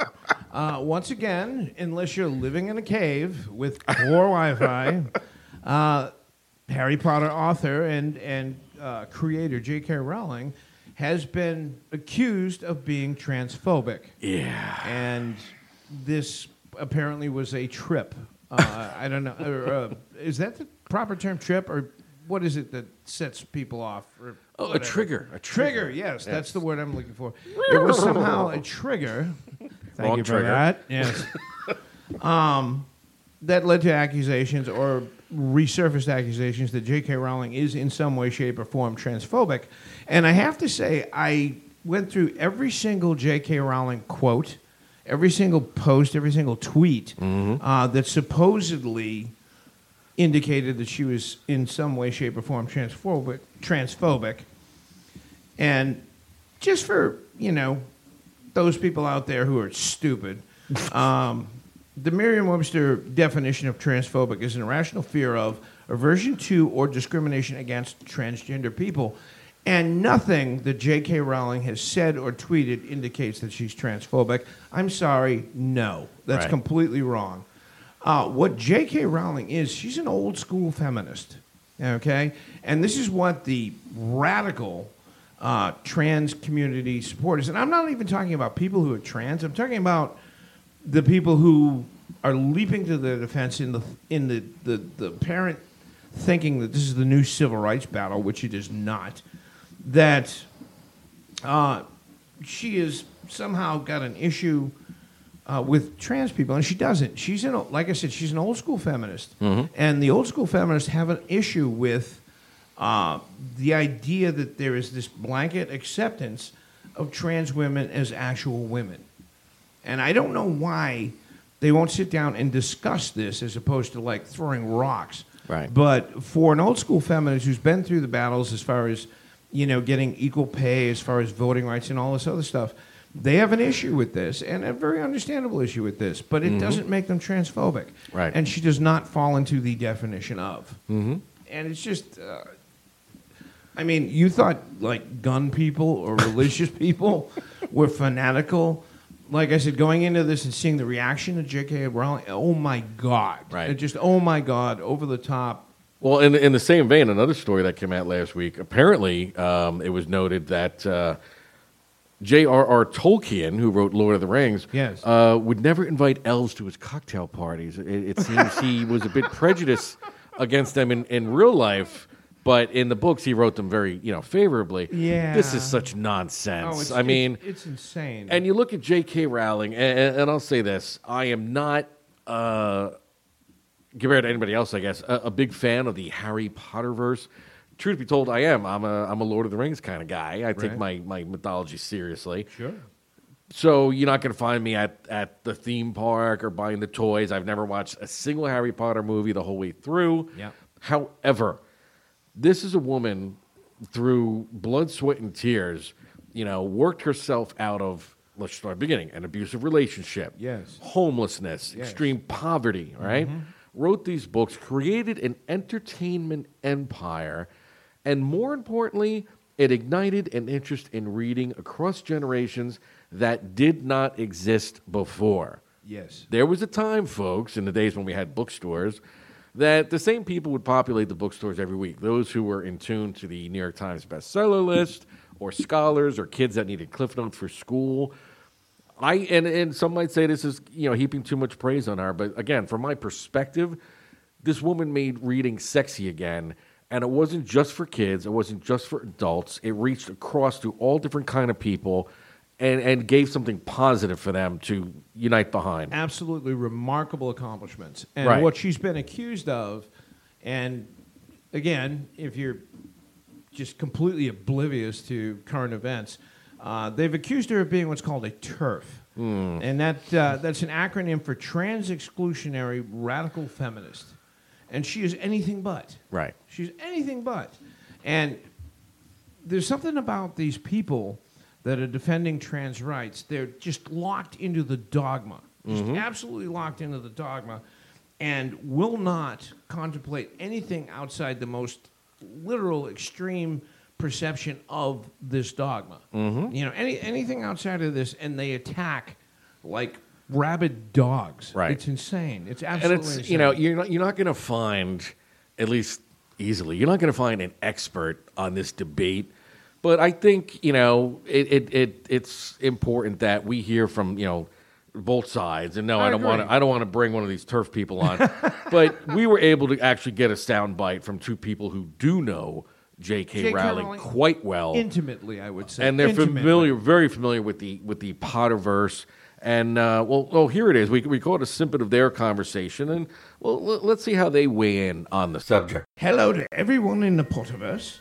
Speaker 2: Uh, once again, unless you're living in a cave with poor Wi-Fi, uh, Harry Potter author and and uh, creator J.K. Rowling has been accused of being transphobic.
Speaker 4: Yeah.
Speaker 2: And this apparently was a trip. Uh, I don't know. Or, uh, is that the proper term, trip, or what is it that sets people off? Or
Speaker 4: Oh, a
Speaker 2: whatever?
Speaker 4: trigger. A
Speaker 2: Trigger, yes, that's the word I'm looking for. It was somehow a trigger. Thank
Speaker 4: Wrong
Speaker 2: you for
Speaker 4: trigger.
Speaker 2: that. Yes. um, that led to accusations or resurfaced accusations that J.K. Rowling is in some way, shape, or form transphobic. And I have to say, I went through every single J.K. Rowling quote, every single post, every single tweet
Speaker 4: Mm-hmm.
Speaker 2: uh, that supposedly indicated that she was in some way, shape, or form transphobic. Transphobic, and just for you know those people out there who are stupid, um, the Merriam-Webster definition of transphobic is an irrational fear of aversion to or discrimination against transgender people. And nothing that J.K. Rowling has said or tweeted indicates that she's transphobic. I'm sorry, no. That's
Speaker 4: Right.
Speaker 2: completely wrong. Uh, what J.K. Rowling is, she's an old school feminist. Okay? And this is what the radical uh, trans community supporters, and I'm not even talking about people who are trans, I'm talking about the people who are leaping to the defense in the, in the, the, the parent thinking that this is the new civil rights battle, which it is not, that uh, she has somehow got an issue uh, with trans people, and she doesn't. She's an o- like I said, she's an old school feminist, and the old school feminists have an issue with uh, the idea that there is this blanket acceptance of trans women as actual women, and I don't know why they won't sit down and discuss this as opposed to like throwing rocks.
Speaker 4: Right.
Speaker 2: But for an old school feminist who's been through the battles as far as you know, getting equal pay as far as voting rights and all this other stuff. They have an issue with this, and a very understandable issue with this, but it doesn't make them transphobic.
Speaker 4: Mm-hmm. Right.
Speaker 2: And she does not fall into the definition of. Mm-hmm. And it's just, uh, I mean, you thought like gun people or religious people were fanatical. Like I said, going into this and seeing the reaction to J.K. Rowling, oh my god!
Speaker 4: Right.
Speaker 2: It just oh my god, over the top.
Speaker 4: Well, in in the same vein, another story that came out last week. Apparently, um, it was noted that uh, J.R.R. Tolkien, who wrote Lord of the Rings,
Speaker 2: Yes.
Speaker 4: uh, would never invite elves to his cocktail parties. It, it seems he was a bit prejudiced against them in, in real life. But in the books, he wrote them very, you know, favorably. this
Speaker 2: Yeah.
Speaker 4: is such nonsense.
Speaker 2: Oh, it's,
Speaker 4: I mean,
Speaker 2: it's, it's insane.
Speaker 4: and you look at J.K. Rowling, and, and I'll say this: I am not, uh, compared to anybody else, I guess, a, a big fan of the Harry Potter verse. Truth be told, I am. I'm a I'm a Lord of the Rings kind of guy. I take my
Speaker 2: Right.
Speaker 4: my mythology seriously.
Speaker 2: sure.
Speaker 4: So you're not going to find me at, at the theme park or buying the toys. I've never watched a single Harry Potter movie the whole way through.
Speaker 2: Yeah.
Speaker 4: However, this is a woman through blood, sweat, and tears, you know, worked herself out of, let's start at the beginning, an abusive relationship.
Speaker 2: Yes.
Speaker 4: Homelessness,
Speaker 2: Yes.
Speaker 4: extreme poverty, right? Wrote these books, created an entertainment empire, and more importantly, it ignited an interest in reading across generations that did not exist before.
Speaker 2: Yes.
Speaker 4: There was a time, folks, in the days when we had bookstores, that the same people would populate the bookstores every week. Those who were in tune to the New York Times bestseller list, or scholars, or kids that needed Cliff Notes for school. I and, and some might say this is you know heaping too much praise on her, but again, from my perspective, this woman made reading sexy again, and it wasn't just for kids, it wasn't just for adults. It reached across to all different kind of people, and and gave something positive for them to unite behind.
Speaker 2: absolutely remarkable accomplishments. And
Speaker 4: Right.
Speaker 2: what she's been accused of, and again, if you're just completely oblivious to current events, uh, they've accused her of being what's called a turf.
Speaker 4: Hmm.
Speaker 2: And that, uh, that's an acronym for trans exclusionary radical feminist. And she is anything but.
Speaker 4: Right.
Speaker 2: She's anything but. And there's something about these people that are defending trans rights. They're just locked into the dogma, just
Speaker 4: Mm-hmm.
Speaker 2: absolutely locked into the dogma, and will not contemplate anything outside the most literal, extreme perception of this dogma.
Speaker 4: Mm-hmm.
Speaker 2: You know, any, anything outside of this, and they attack like rabid dogs.
Speaker 4: Right.
Speaker 2: It's insane. It's
Speaker 4: and
Speaker 2: absolutely
Speaker 4: it's
Speaker 2: insane.
Speaker 4: you know you're not you're not going to find at least easily you're not going to find an expert on this debate but i think you know it, it, it it's important that we hear from you know both sides and no i,
Speaker 2: I
Speaker 4: don't want to
Speaker 2: agree.
Speaker 4: i don't want to bring one of these turf people on but we were able to actually get a sound bite from two people who do know jk,
Speaker 2: J.K.
Speaker 4: rowling,
Speaker 2: Rowling
Speaker 4: quite well
Speaker 2: intimately, I would say.
Speaker 4: and they're
Speaker 2: Intimately.
Speaker 4: familiar, very familiar with the with the Potterverse. And uh, well, well, here it is. We we call it a snippet of their conversation, and well, l- let's see how they weigh in on the subject.
Speaker 2: Hello to everyone in the Potterverse.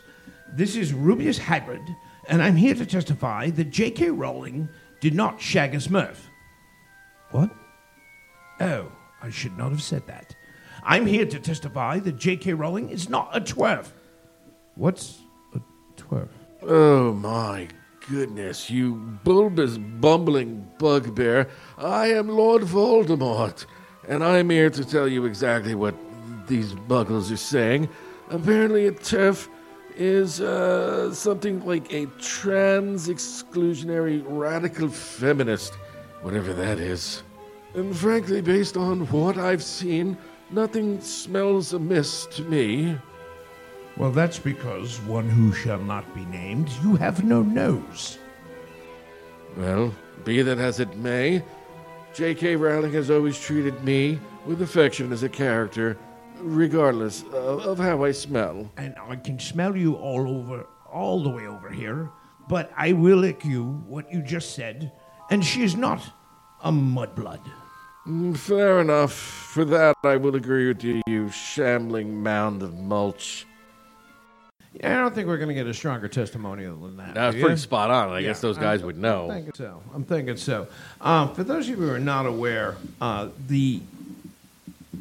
Speaker 2: This is Rubius Hagrid, and I'm here to testify that J.K. Rowling did not shag a Smurf. What? Oh, I should not have said that. I'm here to testify that J.K. Rowling is not a twerf. What's a twerf?
Speaker 4: Oh my goodness, you bulbous bumbling bugbear! I am Lord Voldemort, and I'm here to tell you exactly what these buggles are saying. Apparently, a turf is uh, something like a trans exclusionary radical feminist, whatever that is. And frankly, based on what I've seen, nothing smells amiss to me.
Speaker 2: Well, that's because one who shall not be named, you have no nose.
Speaker 4: Well, be that as it may, J.K. Rowling has always treated me with affection as a character, regardless of, of how I smell.
Speaker 2: and I can smell you all over, all the way over here. But I will lick you what you just said, and she is not a mudblood.
Speaker 4: Mm, Fair enough. For that, I will agree with you, you shambling mound of mulch.
Speaker 2: Yeah, I don't think we're going to get a stronger testimonial than that.
Speaker 4: That's
Speaker 2: do you?
Speaker 4: pretty spot on. I guess those guys
Speaker 2: I'm-
Speaker 4: would
Speaker 2: I'm
Speaker 4: know.
Speaker 2: thinking so. I'm thinking so. Um, for those of you who are not aware, uh, the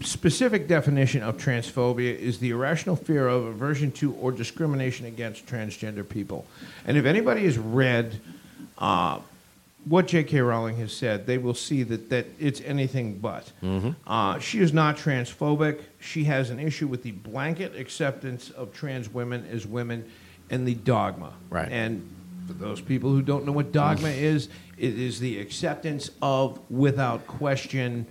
Speaker 2: specific definition of transphobia is the irrational fear of aversion to or discrimination against transgender people. And if anybody has read uh, what J.K. Rowling has said, they will see that, that it's anything but.
Speaker 4: Mm-hmm.
Speaker 2: Uh, she is not transphobic. She has an issue with the blanket acceptance of trans women as women and the dogma.
Speaker 4: Right. Mm.
Speaker 2: And for those people who don't know what dogma is, it is the acceptance of without question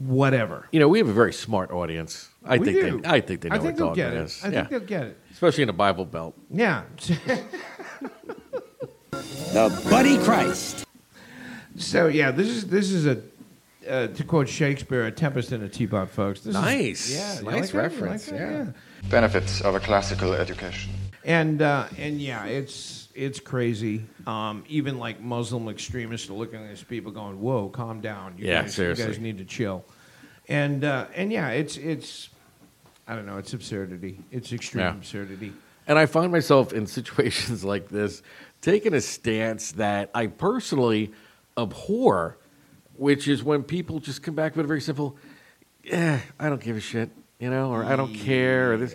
Speaker 2: whatever.
Speaker 4: You know, we have a very smart audience. I
Speaker 2: We
Speaker 4: think
Speaker 2: do.
Speaker 4: they I think they know
Speaker 2: I think
Speaker 4: what
Speaker 2: they'll
Speaker 4: dogma
Speaker 2: get it.
Speaker 4: is.
Speaker 2: I
Speaker 4: yeah.
Speaker 2: think they'll get it.
Speaker 4: Especially in the Bible Belt.
Speaker 2: Yeah.
Speaker 7: The Buddy Christ.
Speaker 2: so yeah, this is this is a uh, to quote Shakespeare, a tempest in a teapot, folks. This is-
Speaker 4: Nice.
Speaker 2: yeah,
Speaker 4: Nice
Speaker 2: you like that? You like
Speaker 4: reference,
Speaker 2: that?
Speaker 4: yeah.
Speaker 8: Benefits of a classical education.
Speaker 2: And uh, and yeah, it's it's crazy. Um, even like Muslim extremists are looking at these people, going, "Whoa, calm down. You
Speaker 4: Yeah,
Speaker 2: guys,
Speaker 4: seriously.
Speaker 2: you guys need to chill." And uh, and yeah, it's it's I don't know, it's absurdity. It's extreme
Speaker 4: Yeah.
Speaker 2: absurdity.
Speaker 4: And I find myself in situations like this taking a stance that I personally abhor, which is when people just come back with a very simple, yeah, I don't give a shit, you know, or I don't care, or this.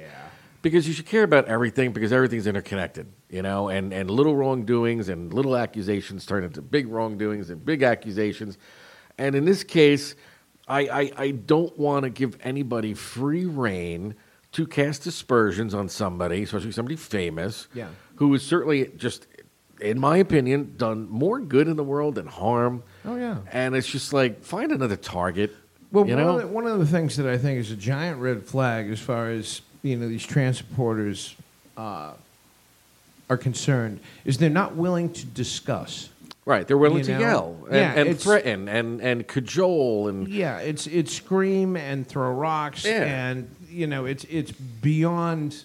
Speaker 4: Because you should care about everything because everything's interconnected, you know, and, and little wrongdoings and little accusations turn into big wrongdoings and big accusations. And in this case, I, I, I don't want to give anybody free reign to cast aspersions on somebody, especially somebody famous,
Speaker 2: Yeah.
Speaker 4: who has certainly just, in my opinion, done more good in the world than harm.
Speaker 2: Oh, yeah.
Speaker 4: And it's just like, find another target.
Speaker 2: Well,
Speaker 4: you
Speaker 2: one,
Speaker 4: know?
Speaker 2: Of the, one of the things that I think is a giant red flag as far as you know these transporters uh, are concerned is they're not willing to discuss.
Speaker 4: Right, they're willing
Speaker 2: you
Speaker 4: to
Speaker 2: know?
Speaker 4: yell and,
Speaker 2: Yeah,
Speaker 4: and
Speaker 2: it's-
Speaker 4: threaten and, and cajole and
Speaker 2: Yeah, it's it's scream and throw rocks
Speaker 4: Yeah.
Speaker 2: and you know it's it's beyond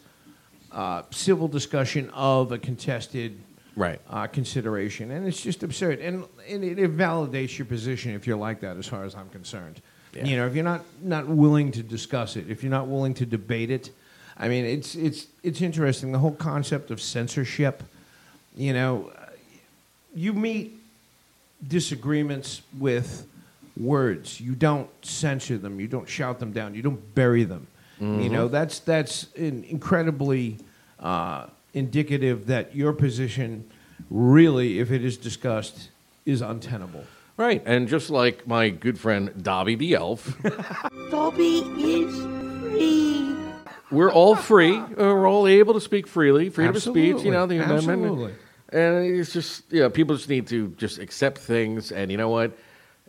Speaker 2: uh, civil discussion of a contested
Speaker 4: right.
Speaker 2: uh, consideration, and it's just absurd. And, and it, it validates your position if you're like that, as far as I'm concerned.
Speaker 4: Yeah.
Speaker 2: You know, if you're not not willing to discuss it, if you're not willing to debate it, I mean, it's it's it's interesting the whole concept of censorship. You know, uh, you meet disagreements with words. You don't censure them. You don't shout them down. You don't bury them. You
Speaker 4: Mm-hmm.
Speaker 2: know that's that's in, incredibly uh, indicative that your position really, if it is discussed, is untenable.
Speaker 4: Right, and just like my good friend Dobby the Elf,
Speaker 5: Bobby is free.
Speaker 4: we're all free. uh, We're all able to speak freely, freedom of speech. You
Speaker 2: Absolutely,
Speaker 4: know the
Speaker 2: absolutely.
Speaker 4: amendment. And it's just you know people just need to just accept things. And you know what?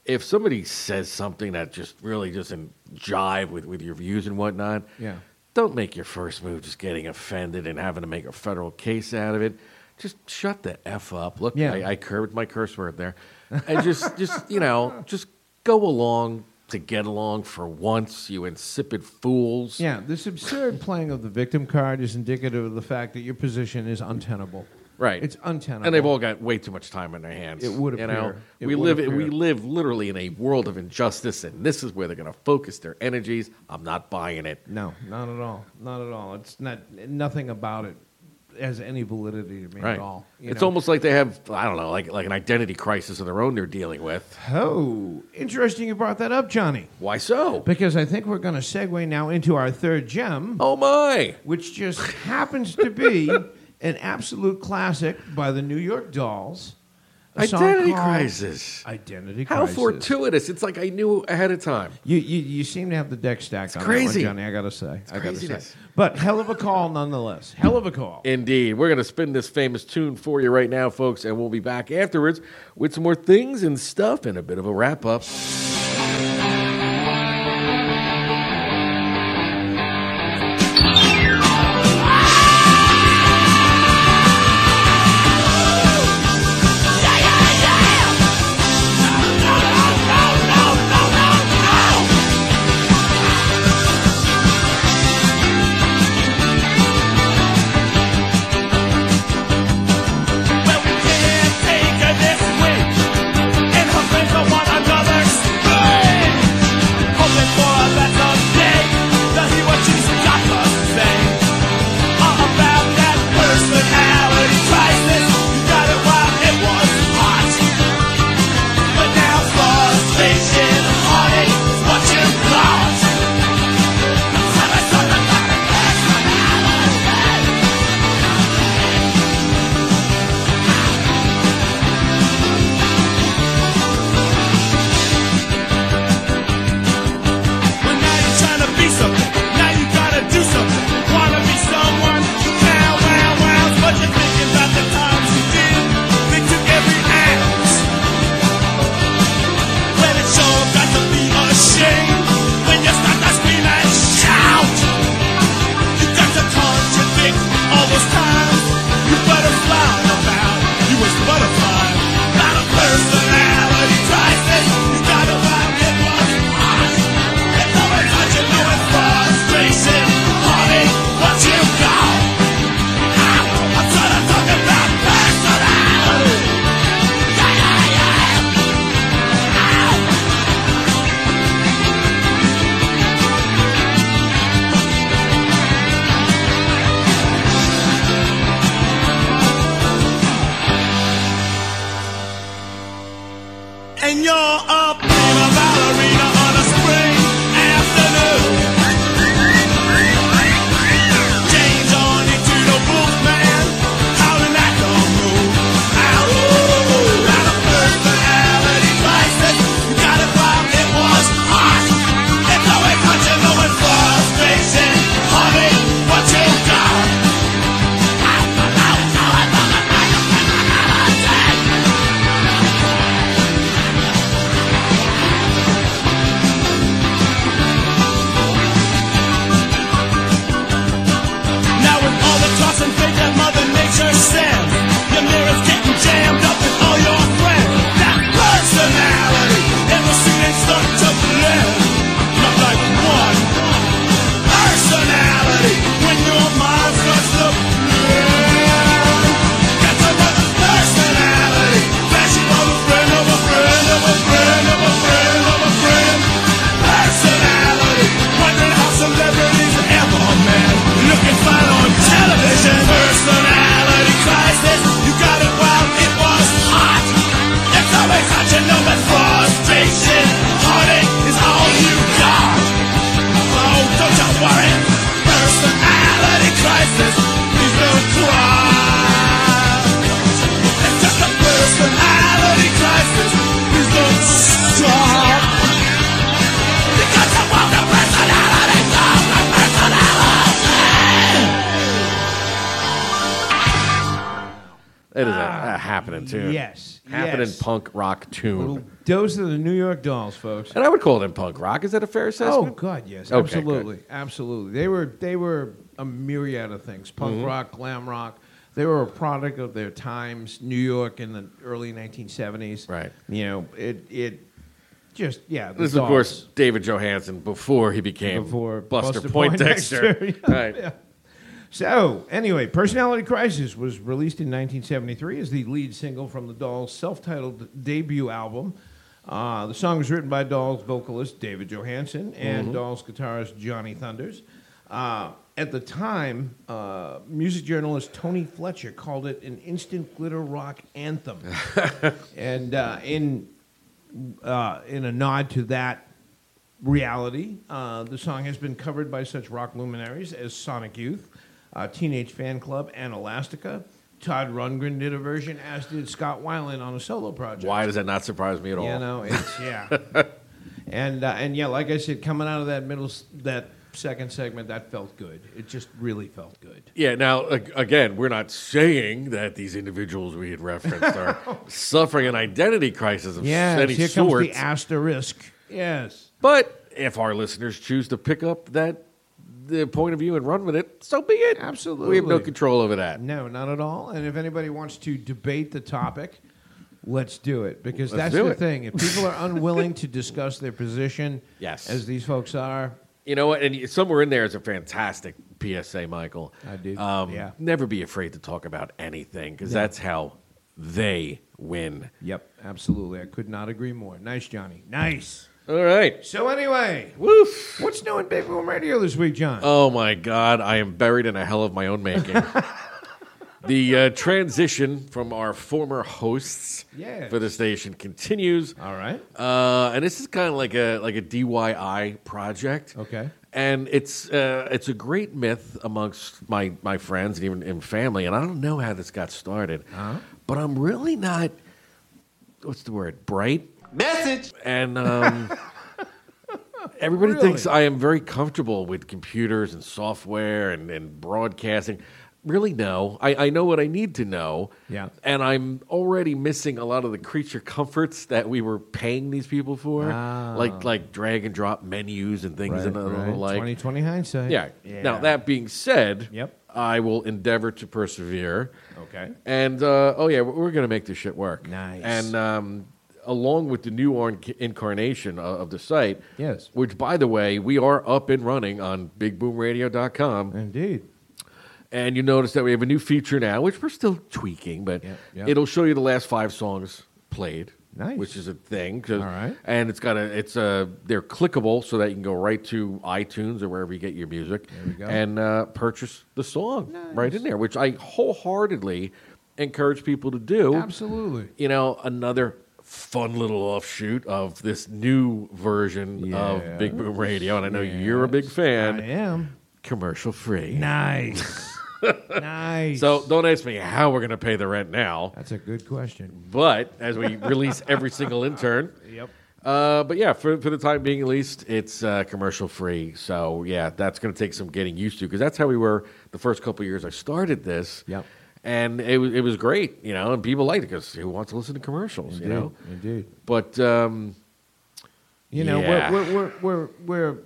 Speaker 4: If somebody says something that just really doesn't jive with with your views and whatnot,
Speaker 2: Yeah.
Speaker 4: don't make your first move just getting offended and having to make a federal case out of it. Just shut the f up. Look,
Speaker 2: Yeah.
Speaker 4: I, I curbed my curse word there, and just just you know just go along to get along for once, you insipid fools.
Speaker 2: Yeah, this absurd playing of the victim card is indicative of the fact that your position is untenable.
Speaker 4: Right.
Speaker 2: It's untenable.
Speaker 4: And they've all got way too much time on their hands.
Speaker 2: It would
Speaker 4: You know,
Speaker 2: appear. It
Speaker 4: we
Speaker 2: would
Speaker 4: live we
Speaker 2: appear.
Speaker 4: live literally in a world of injustice, and this is where they're going to focus their energies. I'm not buying it.
Speaker 2: No, not at all. Not at all. It's not nothing about it has any validity to me
Speaker 4: Right.
Speaker 2: at all. you
Speaker 4: It's
Speaker 2: know?
Speaker 4: almost like they have I don't know, like like an identity crisis of their own they're dealing with.
Speaker 2: Oh, interesting you brought that up, Johnny.
Speaker 4: Why so?
Speaker 2: Because I think we're going to segue now into our third gem,
Speaker 4: oh my!
Speaker 2: which just happens to be an absolute classic by the New York Dolls. a song
Speaker 4: Identity
Speaker 2: called
Speaker 4: crisis.
Speaker 2: Identity
Speaker 4: How
Speaker 2: crisis.
Speaker 4: fortuitous! It's like I knew ahead of time.
Speaker 2: You, you, you seem to have the deck stacked on
Speaker 4: crazy.
Speaker 2: that one, Johnny, I got to say. I got to
Speaker 4: craziness.
Speaker 2: say. But hell of a call nonetheless. Hell of a call.
Speaker 4: Indeed. We're going to spin this famous tune for you right now, folks, and we'll be back afterwards with some more things and stuff and a bit of a wrap up.
Speaker 5: Well, we can't take her this way. And her friends are one another's. something. Now you gotta do something. Wanna be someone? Wow, wow, wow. But you're thinking about the times you did. Think to every ounce. When it's all got to be ashamed. When you start to scream and shout. You got to contradict all those times. You butterfly about. You was butterfly. Not a personality crisis. You gotta find it was ours. It's always what you know it's frustration. Honey, what you got? Ah, I'm trying to talk about personality. Yeah, yeah, yeah. And you're a prima ballerina on a spring afternoon. Change on into the wolfman, howling at the moon. Ow, out of personality crisis. You got it wrong, it was hot. It's always hot, you know it's frustration. Honey, what you got? Now with all the toss and fake that Mother Nature sends, your mirror's getting jammed up with all your friends. That personality in the scene they start to blend, not like one personality when your mind starts to blend. That's another personality, flashing on a friend of a friend of a friend of a friend of a friend. Personality, wondering how celebrities ever met. Looking fine on television. Personality crisis, you got it while it was hot. It's always hot, you know it's frustration. Heartache is all you got. Oh, don't you worry. Personality crisis, please don't cry. It's just a personality crisis. Please don't stop. Because I want a personality, not a personality.
Speaker 4: It is a, a happening tune.
Speaker 2: Ah, yes,
Speaker 4: Happening
Speaker 2: yes.
Speaker 4: punk rock tune.
Speaker 2: Those are the New York Dolls, folks.
Speaker 4: And I would call them punk rock. Is that a fair
Speaker 2: Oh
Speaker 4: assessment?
Speaker 2: God, yes,
Speaker 4: Okay, good.
Speaker 2: absolutely, absolutely. They were they were a myriad of things: punk
Speaker 4: Mm-hmm.
Speaker 2: rock, glam rock. They were a product of their times, New York in the early 1970s.
Speaker 4: Right.
Speaker 2: You know, it it just yeah. the
Speaker 4: This is, of
Speaker 2: Dolls.
Speaker 4: course, David Johansen before he became
Speaker 2: Before
Speaker 4: Buster,
Speaker 2: Buster
Speaker 4: Poindexter.
Speaker 2: Poindexter.
Speaker 4: right.
Speaker 2: So anyway, "Personality Crisis" was released in 1973 as the lead single from the Dolls' self-titled debut album. Uh, the song was written by Dolls vocalist David Johansen and Dolls guitarist Johnny Thunders. Uh, at the time, uh, music journalist Tony Fletcher called it an instant glitter rock anthem, and uh, in uh, in a nod to that reality. Uh, the song has been covered by such rock luminaries as Sonic Youth, uh, Teenage Fan Club, and Elastica. Todd Rundgren did a version, as did Scott Weiland on a solo project.
Speaker 4: Why does that not surprise me at all?
Speaker 2: You know, it's yeah, and uh, and yeah, like I said, coming out of that middle s- that second segment, that felt good. It just really felt good.
Speaker 4: Yeah. Now, ag- again, we're not saying that these individuals we had referenced are suffering an identity crisis of
Speaker 2: Yes,
Speaker 4: any
Speaker 2: here
Speaker 4: sort.
Speaker 2: comes the asterisk. Yes,
Speaker 4: but if our listeners choose to pick up that the point of view and run with it, so be it.
Speaker 2: Absolutely.
Speaker 4: we have no control over that.
Speaker 2: no, not at all. And if anybody wants to debate the topic. Let's do it because
Speaker 4: Let's
Speaker 2: that's
Speaker 4: do
Speaker 2: the
Speaker 4: it.
Speaker 2: thing. If people are unwilling to discuss their position,
Speaker 4: Yes.
Speaker 2: as these folks are,
Speaker 4: You know what? And somewhere in there is a fantastic PSA, Michael.
Speaker 2: I do,
Speaker 4: Um,
Speaker 2: yeah.
Speaker 4: Never be afraid to talk about anything because that's how they win.
Speaker 2: yep, absolutely. I could not agree more. Nice, Johnny. Nice.
Speaker 4: All right.
Speaker 2: So anyway,
Speaker 4: Woof.
Speaker 2: what's new in Big Room Radio this week, John?
Speaker 4: Oh my God. I am buried in a hell of my own making. the uh, transition from our former hosts
Speaker 2: Yes.
Speaker 4: for the station continues.
Speaker 2: All right.
Speaker 4: Uh, and this is kind of like a like a DIY project.
Speaker 2: Okay.
Speaker 4: And it's uh, it's a great myth amongst my, my friends and even in family. And I don't know how this got started, but I'm really not. What's the word? Bright message. And um, Everybody thinks I am very comfortable with computers and software and, and broadcasting. Really, no. I, I know what I need to know.
Speaker 2: Yeah.
Speaker 4: And I'm already missing a lot of the creature comforts that we were paying these people for,
Speaker 2: Ah.
Speaker 4: like like drag and drop menus and things and the like.
Speaker 2: 2020 hindsight.
Speaker 4: Yeah. Now that being said,
Speaker 2: Yep.
Speaker 4: I will endeavor to persevere.
Speaker 2: Okay.
Speaker 4: And uh, oh yeah, we're- we're gonna make this shit work.
Speaker 2: Nice.
Speaker 4: And um, along with the new on- incarnation of, of the site,
Speaker 2: Yes.
Speaker 4: Which, by the way, we are up and running on BigBoomRadio.com.
Speaker 2: Indeed.
Speaker 4: And you notice that we have a new feature now, which we're still tweaking, but
Speaker 2: Yep, yep.
Speaker 4: it'll show you the last five songs played.
Speaker 2: Nice.
Speaker 4: Which is a thing. 'cause-
Speaker 2: All right.
Speaker 4: And it's got a, it's a, they're clickable so that you can go right to iTunes or wherever you get your music
Speaker 2: There we go.
Speaker 4: and uh, purchase the song right in there, which I wholeheartedly encourage people to do.
Speaker 2: Absolutely.
Speaker 4: You know, another fun little offshoot of this new version
Speaker 2: Yeah.
Speaker 4: of Big Boom Radio. And I know you're a big fan.
Speaker 2: I am.
Speaker 4: Commercial free.
Speaker 2: Nice. nice.
Speaker 4: So don't ask me how we're going to pay the rent now,
Speaker 2: that's a good question.
Speaker 4: but as we release every single intern.
Speaker 2: Yep.
Speaker 4: Uh, but yeah, for, for the time being at least, it's uh, commercial free. So yeah, that's going to take some getting used to because that's how we were the first couple of years I started this.
Speaker 2: Yep.
Speaker 4: And it, wa- it was great, you know, and people liked it because who wants to listen to commercials, you know?
Speaker 2: Indeed.
Speaker 4: But um,
Speaker 2: You know,
Speaker 4: Yeah.
Speaker 2: we're, we're, we're, we're, we're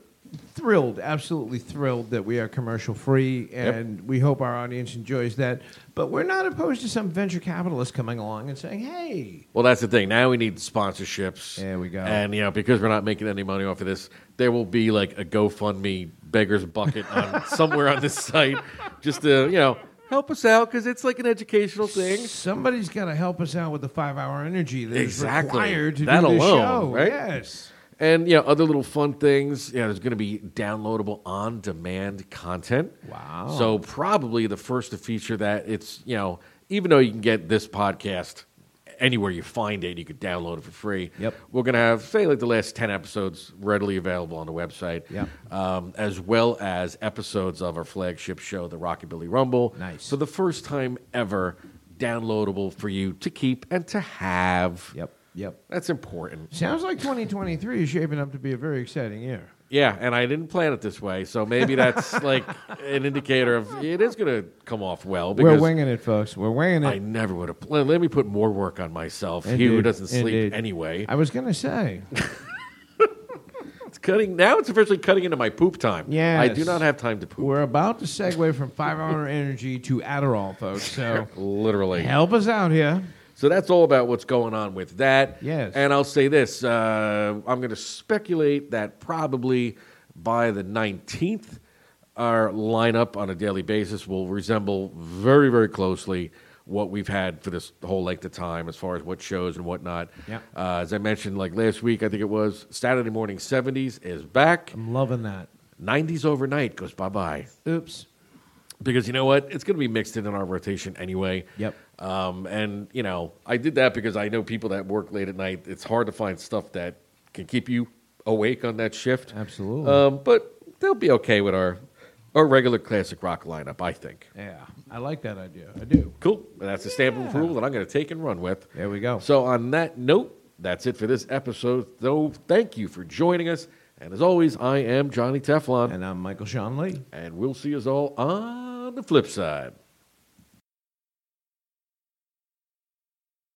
Speaker 2: thrilled, absolutely thrilled that we are commercial free, and we hope our audience enjoys that. But we're not opposed to some venture capitalist coming along and saying, hey,
Speaker 4: Well, that's the thing. Now we need sponsorships.
Speaker 2: There we go.
Speaker 4: And you know, because we're not making any money off of this, there will be like a GoFundMe beggars bucket on somewhere on this site, just to you know help us out because it's like an educational thing.
Speaker 2: somebody's got to help us out with the five hour energy that is
Speaker 4: Exactly.
Speaker 2: required to
Speaker 4: That
Speaker 2: do this
Speaker 4: alone,
Speaker 2: show.
Speaker 4: right?
Speaker 2: Yes.
Speaker 4: And you know, other little fun things. You know, there's going to be downloadable on-demand content.
Speaker 2: Wow.
Speaker 4: So probably the first to feature that. It's you know, even though you can get this podcast anywhere you find it, you could download it for free.
Speaker 2: Yep.
Speaker 4: We're going to have say like the last ten episodes readily available on the website.
Speaker 2: Yep.
Speaker 4: Um, as well as episodes of our flagship show, the Rockabilly Rumble.
Speaker 2: Nice.
Speaker 4: For the first time ever, downloadable for you to keep and to have.
Speaker 2: Yep. Yep.
Speaker 4: That's important.
Speaker 2: Sounds like 2023 is shaping up to be a very exciting year.
Speaker 4: Yeah, and I didn't plan it this way, so maybe that's like an indicator of it is going to come off well.
Speaker 2: We're
Speaker 4: Because
Speaker 2: winging it, folks. We're winging it.
Speaker 4: I never would have. Let, let me put more work on myself. He who
Speaker 2: Indeed.
Speaker 4: doesn't sleep
Speaker 2: Indeed.
Speaker 4: anyway.
Speaker 2: I was going to say.
Speaker 4: It's cutting now. It's officially cutting into my poop time. I do
Speaker 2: Yes.
Speaker 4: not have time to poop.
Speaker 2: We're about to segue from five hour energy to Adderall, folks. So
Speaker 4: Literally.
Speaker 2: help us out here.
Speaker 4: So that's all about what's going on with that.
Speaker 2: Yes.
Speaker 4: And I'll say this uh, I'm going to speculate that probably by the 19th, our lineup on a daily basis will resemble very, very closely what we've had for this whole length of time as far as what shows and whatnot.
Speaker 2: Yeah.
Speaker 4: Uh, as I mentioned, like last week, I think it was Saturday Morning 70s is back,
Speaker 2: I'm loving that.
Speaker 4: 90s Overnight goes bye bye.
Speaker 2: Oops.
Speaker 4: Because you know what? It's going to be mixed in in our rotation anyway.
Speaker 2: Yep.
Speaker 4: Um, and, you know, I did that because I know people that work late at night. It's hard to find stuff that can keep you awake on that shift.
Speaker 2: Absolutely.
Speaker 4: Um, but they'll be okay with our, our regular classic rock lineup, I think.
Speaker 2: Yeah, I like that idea. I do.
Speaker 4: Cool. That's a stamp of approval that I'm going to take and run with.
Speaker 2: There we go.
Speaker 4: So, on that note, that's it for this episode. So, thank you for joining us. And as always, I am Johnny Teflon,
Speaker 2: And I'm Michael Sean Lee.
Speaker 4: and we'll see us all on the flip side.